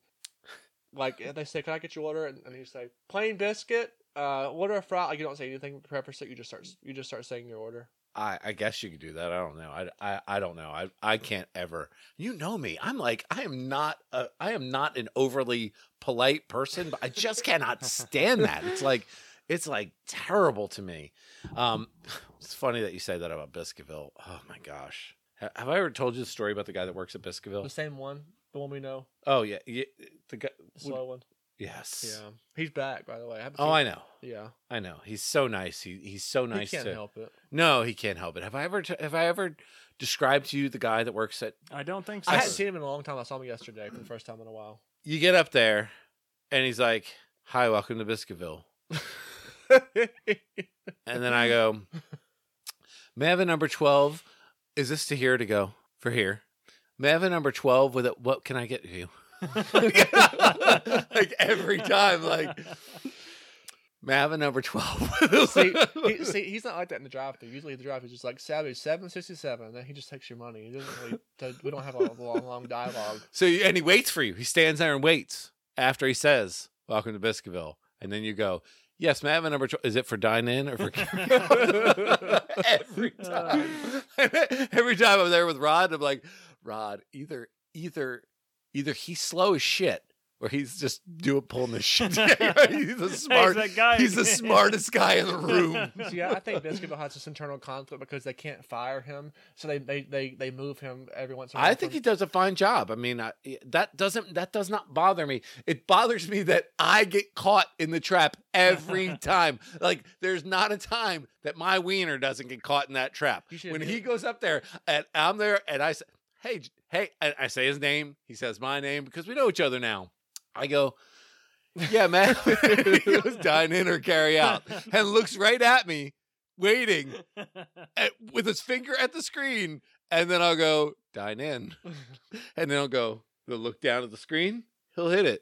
[SPEAKER 3] Like if they say, "Can I get your order?" and, and you say, "Plain biscuit." Uh, order a fry. Like you don't say anything. Preface it. You just start. You just start saying your order.
[SPEAKER 2] I, I guess you could do that. I don't know. I, I, I don't know. I, I can't ever. You know me. I'm like I am not a I am not an overly polite person, but I just cannot stand that. It's like it's like terrible to me. Um, it's funny that you say that about Biscuitville. Oh my gosh. Ha- Have I ever told you the story about the guy that works at
[SPEAKER 3] The
[SPEAKER 2] Biscuitville?
[SPEAKER 3] same one. The one we know.
[SPEAKER 2] Oh yeah, yeah the guy.
[SPEAKER 3] The slow one.
[SPEAKER 2] Yes.
[SPEAKER 3] Yeah. He's back, by the way. I haven't
[SPEAKER 2] Oh,
[SPEAKER 3] seen-
[SPEAKER 2] I know.
[SPEAKER 3] Yeah.
[SPEAKER 2] I know. He's so nice. He he's so nice.
[SPEAKER 3] he can't
[SPEAKER 2] to,
[SPEAKER 3] help it.
[SPEAKER 2] No, he can't help it. Have I ever t- have I ever described to you the guy that works at
[SPEAKER 1] I don't think so.
[SPEAKER 3] I
[SPEAKER 2] I-
[SPEAKER 3] haven't seen him in a long time. I saw him yesterday for the first time in a while.
[SPEAKER 2] you get up there and he's like, Hi, welcome to Biscuitville. And then I
[SPEAKER 3] Mm-hmm.
[SPEAKER 2] go, May I have a number 12? Is this to here or to go? For here. May I have a number 12 with it? What can I get you? like every time, like, May I have a number 12?
[SPEAKER 3] see, he, see, he's not like that in the drive-through. Usually, at the drive-through, just like savage seven sixty-seven. Then he just takes your money. He doesn't really. do- we don't have a long, long dialogue.
[SPEAKER 2] So you- and he waits for you. He stands there and waits after he says, "Welcome to Biscuitville," and then you go, "Yes, may I have a number? Tw- is it for dine in or for every time? every time I'm there with Rod, I'm like, Rod, either either either he's slow as shit." Or he's just doing pulling the shit. together. he's the smart.
[SPEAKER 1] that guy
[SPEAKER 2] he's the
[SPEAKER 1] again.
[SPEAKER 2] smartest guy in the room.
[SPEAKER 3] See, I I think Biscuitville has this internal conflict because they can't fire him, so they they they, they move him every once in a while.
[SPEAKER 2] I think
[SPEAKER 3] from-
[SPEAKER 2] he does a fine job. I mean, I, eh, that doesn't that does not bother me. It bothers me that I get caught in the trap every time. Like there's not a time that my wiener doesn't get caught in that trap.
[SPEAKER 3] You should
[SPEAKER 2] When
[SPEAKER 3] do
[SPEAKER 2] he
[SPEAKER 3] it.
[SPEAKER 2] goes up there and I'm there and I say, "Hey, J- hey," and I say his name. He says my name because we know each other now. I go, "Yeah, man." he goes dine in or carry out and looks right at me, waiting at, with his finger at the screen, and then I'll go dine in, and then I'll go. They'll look down at the screen. He'll hit it,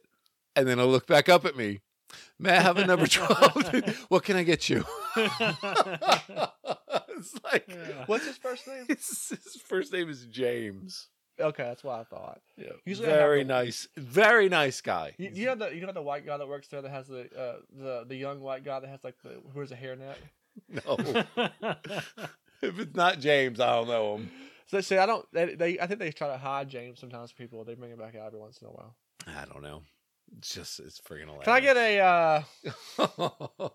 [SPEAKER 2] and then he'll look back up at me. May I have a number twelve? what can I get you? it's like
[SPEAKER 1] Yeah.
[SPEAKER 3] What's his first name?
[SPEAKER 2] his, his first name is James.
[SPEAKER 3] Okay, that's what I thought.
[SPEAKER 2] Yeah,
[SPEAKER 3] Usually I have
[SPEAKER 2] very
[SPEAKER 3] the-
[SPEAKER 2] nice, very nice guy.
[SPEAKER 3] You, you know the you know the white guy that works there that has the uh, the the young white guy that has like the who wears a hairnet.
[SPEAKER 2] No, if it's not James, I don't know him.
[SPEAKER 3] So they say I don't. They, they I think they try to hide James sometimes. People they bring him back out every once in a while.
[SPEAKER 2] I don't know. It's just it's freaking hilarious.
[SPEAKER 3] Can I get a? uh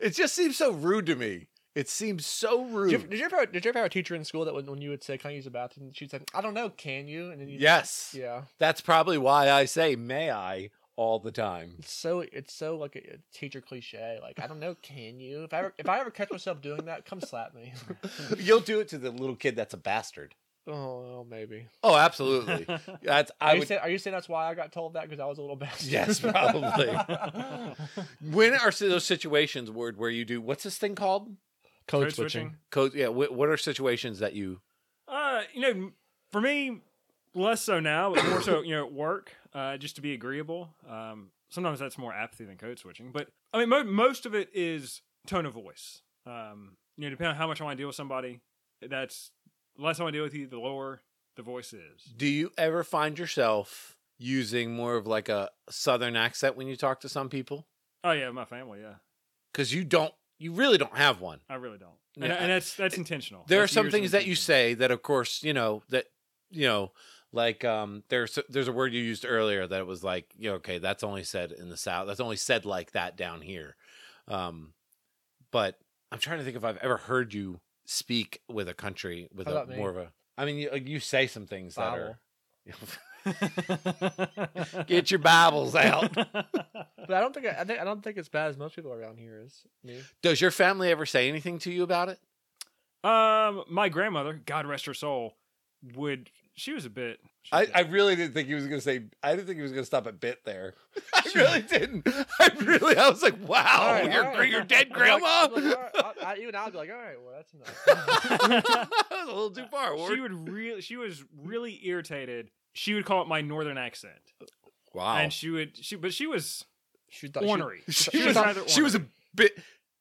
[SPEAKER 2] it just seems so rude to me. It seems so rude.
[SPEAKER 3] Did you, did you ever did you ever have a teacher in school that when, when you would say, "Can I use the bathroom?" She'd say, "I don't know. Can you?" And then you
[SPEAKER 2] yes.
[SPEAKER 3] yeah.
[SPEAKER 2] That's probably why I say may I all the time.
[SPEAKER 3] It's so it's so like a, a teacher cliche. Like I don't know. Can you? If I ever, if I ever catch myself doing that, come slap me.
[SPEAKER 2] You'll do it to the little kid that's a bastard.
[SPEAKER 3] oh, well, maybe.
[SPEAKER 2] Oh, absolutely. That's
[SPEAKER 3] Are
[SPEAKER 2] I
[SPEAKER 3] you,
[SPEAKER 2] would
[SPEAKER 3] saying, are you saying that's why I got told that because I was a little bastard?
[SPEAKER 2] Yes, probably. When are si- those situations word where you do what's this thing called?
[SPEAKER 3] Code,
[SPEAKER 1] Code
[SPEAKER 3] switching.
[SPEAKER 1] switching.
[SPEAKER 2] Code yeah, wh- what are situations that you
[SPEAKER 1] Uh, you know, for me, less so now, but more so, you know, at work, uh, just to be agreeable. Um, sometimes that's more apathy than code switching, but I mean, mo- most of it is tone of voice. Um, you know, depending on how much I want to deal with somebody, that's the less I want to deal with you, the lower the voice is.
[SPEAKER 2] do you ever find yourself using more of like a southern accent when you talk to some people?
[SPEAKER 1] Oh yeah, my family. Yeah,
[SPEAKER 2] Cuz you don't you really don't have one.
[SPEAKER 1] I really don't,
[SPEAKER 2] Yeah,
[SPEAKER 1] and,
[SPEAKER 2] I-
[SPEAKER 1] and that's that's intentional.
[SPEAKER 2] There are
[SPEAKER 1] That's
[SPEAKER 2] some
[SPEAKER 1] years of
[SPEAKER 2] things that you
[SPEAKER 1] intention.
[SPEAKER 2] say that of course, you know, that you know, like um there's there's a word you used earlier that it was like, you know, okay, that's only said in the south. That's only said like that down here. Um but I'm trying to think if I've ever heard you speak with a country with
[SPEAKER 3] How
[SPEAKER 2] a
[SPEAKER 3] about me?
[SPEAKER 2] more of a I mean, you, you say some things that
[SPEAKER 3] Bible.
[SPEAKER 2] are Get your Bibles out.
[SPEAKER 3] But I don't think I, I think I don't think it's bad as most people around here is. Me.
[SPEAKER 2] Does your family ever say anything to you about it?
[SPEAKER 1] um, my grandmother, God rest her soul, would she was a bit. she was
[SPEAKER 2] I,
[SPEAKER 1] a-
[SPEAKER 2] I really didn't think he was gonna say. I didn't think he was gonna stop at bit there. I really didn't. I really. I was like, wow,
[SPEAKER 3] All right,
[SPEAKER 2] your
[SPEAKER 3] all right.
[SPEAKER 2] your dead
[SPEAKER 3] I'm like-
[SPEAKER 2] grandma.
[SPEAKER 3] I'm like, all right, I, I, even I'll be like, all right, well that's enough.
[SPEAKER 2] that was a little too far.
[SPEAKER 1] Uh, she
[SPEAKER 2] Ward.
[SPEAKER 1] would really she was really irritated she would call it my northern accent
[SPEAKER 2] wow.
[SPEAKER 1] and she would she but she was
[SPEAKER 3] She thought she,
[SPEAKER 1] ornery
[SPEAKER 2] she,
[SPEAKER 1] she
[SPEAKER 2] was.
[SPEAKER 1] was rather
[SPEAKER 2] she was a bit.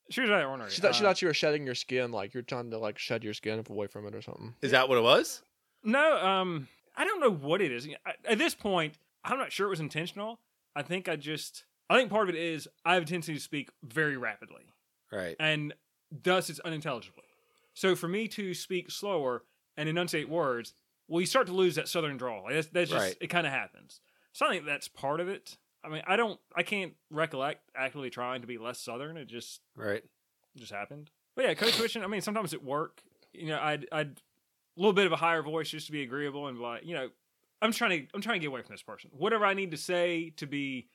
[SPEAKER 1] she was rather ornery
[SPEAKER 3] she thought she
[SPEAKER 1] Uh,
[SPEAKER 3] thought you were shedding your skin, like you're trying to like shed your skin away from it or something.
[SPEAKER 2] Is that what it was?
[SPEAKER 1] no um i don't know what it is I- at this point i'm not sure it was intentional i think i just i think part of it is i have a tendency to speak very rapidly
[SPEAKER 2] Right.
[SPEAKER 1] and thus it's unintelligible so for me to speak slower and enunciate words well you start to lose that southern drawl like that's, that's just
[SPEAKER 2] Right.
[SPEAKER 1] it kind of happens so i think that's part of it i mean i don't i can't recollect actively trying to be less southern it just
[SPEAKER 2] Right.
[SPEAKER 1] just happened but yeah code switching i mean sometimes at work you know i'd i'd a little bit of a higher voice just to be agreeable and be like you know i'm trying to i'm trying to get away from this person whatever i need to say to be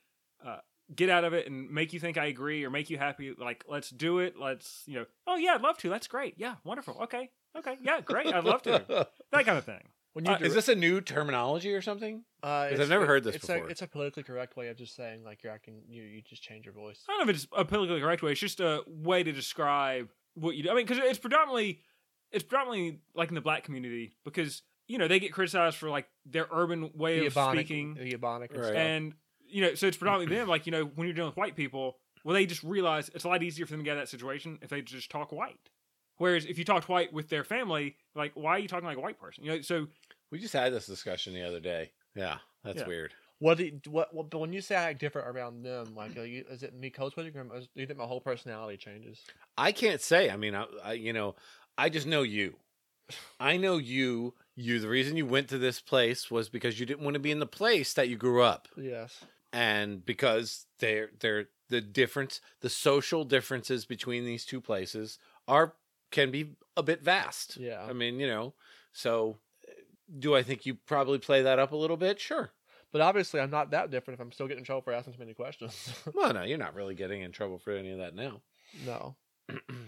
[SPEAKER 1] uh, get out of it and make you think i agree or make you happy like let's do it let's you know oh yeah i'd love to that's great yeah wonderful okay okay yeah great i'd love to that kind of thing
[SPEAKER 3] When you
[SPEAKER 1] Uh,
[SPEAKER 2] Is this a new terminology or something?
[SPEAKER 3] Uh,
[SPEAKER 2] 'Cause I've
[SPEAKER 3] it's-
[SPEAKER 2] never heard this
[SPEAKER 3] it's
[SPEAKER 2] before.
[SPEAKER 3] A, it's a politically correct way of just saying like you're acting. You you just change your voice.
[SPEAKER 1] I don't know if it's a politically correct way. It's just a way to describe what you do. I mean, because it's predominantly, it's predominantly like in the black community because you know they get criticized for like their urban way
[SPEAKER 3] The
[SPEAKER 1] of
[SPEAKER 3] Ebonic,
[SPEAKER 1] speaking,
[SPEAKER 3] the Ebonic, and
[SPEAKER 2] Right.
[SPEAKER 3] stuff.
[SPEAKER 1] and you know, so it's predominantly them. Like you know, when you're dealing with white people, well, they just realize it's a lot easier for them to get out of that situation if they just talk white. Whereas if you talked white with their family, like why are you talking like a white person? You know, so
[SPEAKER 2] We just had this discussion the other day. Yeah, that's
[SPEAKER 1] Yeah.
[SPEAKER 2] weird.
[SPEAKER 3] What, do you, what, what? But when you say I act different around them, like, are you, is it me code switching, or is- do you think my whole personality changes?
[SPEAKER 2] I can't say. I mean, I, I you know, I just know you. I know you. You. The reason you went to this place was because you didn't want to be in the place that you grew up,
[SPEAKER 3] Yes.
[SPEAKER 2] and because they're they're the difference, the social differences between these two places are can be a bit vast.
[SPEAKER 3] Yeah.
[SPEAKER 2] I mean, you know, so uh, do I think you probably play that up a little bit? Sure.
[SPEAKER 3] But obviously, I'm not that different if I'm still getting in trouble for asking too many questions.
[SPEAKER 2] Well, no, uh, you're not really getting in trouble for any of that now.
[SPEAKER 3] no.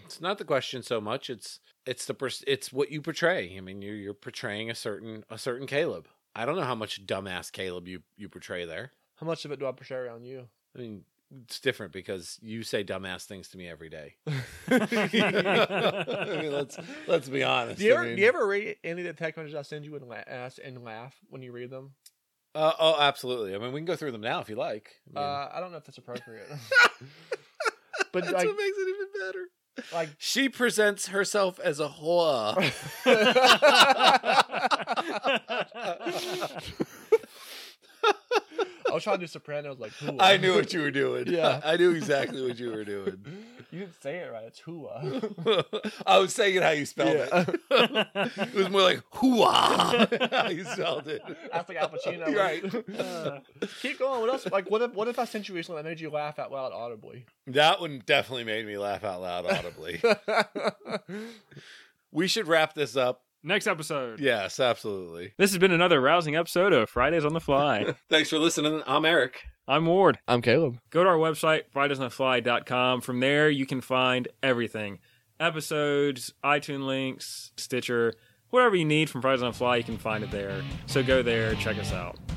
[SPEAKER 2] it's not the question so much it's it's the pers- it's what you portray i mean you're you're portraying a certain a certain caleb i don't know how much dumbass caleb you you portray there
[SPEAKER 3] How much of it do I portray around you?
[SPEAKER 2] i mean it's different because you say dumbass things to me every day I mean, let's let's be honest
[SPEAKER 3] Do you
[SPEAKER 2] I
[SPEAKER 3] ever,
[SPEAKER 2] mean-
[SPEAKER 3] do you ever read any of the text messages I send you and, la- ask and laugh when you read them?
[SPEAKER 2] uh, oh absolutely i mean we can go through them now if you like I mean,
[SPEAKER 3] Uh, I don't know if that's appropriate. but
[SPEAKER 2] that's
[SPEAKER 3] like,
[SPEAKER 2] what makes it even better
[SPEAKER 3] like
[SPEAKER 2] she presents herself as a whore
[SPEAKER 3] I was trying to do Sopranos, like who
[SPEAKER 2] i knew what you were doing
[SPEAKER 3] Yeah.
[SPEAKER 2] i knew exactly what you were doing
[SPEAKER 3] You didn't say it right. It's hua.
[SPEAKER 2] I was saying it how you spelled
[SPEAKER 3] Yeah.
[SPEAKER 2] it. it was more like hooah how you spelled it.
[SPEAKER 3] That's like Al Pacino.
[SPEAKER 2] Right.
[SPEAKER 3] Uh, keep going. What else? Like, what if what if I sent you recently that made you laugh out loud audibly?
[SPEAKER 2] That one definitely made me laugh out loud audibly. we should wrap this up.
[SPEAKER 1] Next episode.
[SPEAKER 2] Yes, absolutely.
[SPEAKER 1] This has been another rousing episode of Fridays on the Fly.
[SPEAKER 2] Thanks for listening. I'm Eric.
[SPEAKER 1] I'm Ward.
[SPEAKER 3] I'm Caleb.
[SPEAKER 1] go to our website fridaysonthefly.com from there you can find everything episodes itunes links stitcher whatever you need from fridays on the fly you can find it there so go there check us out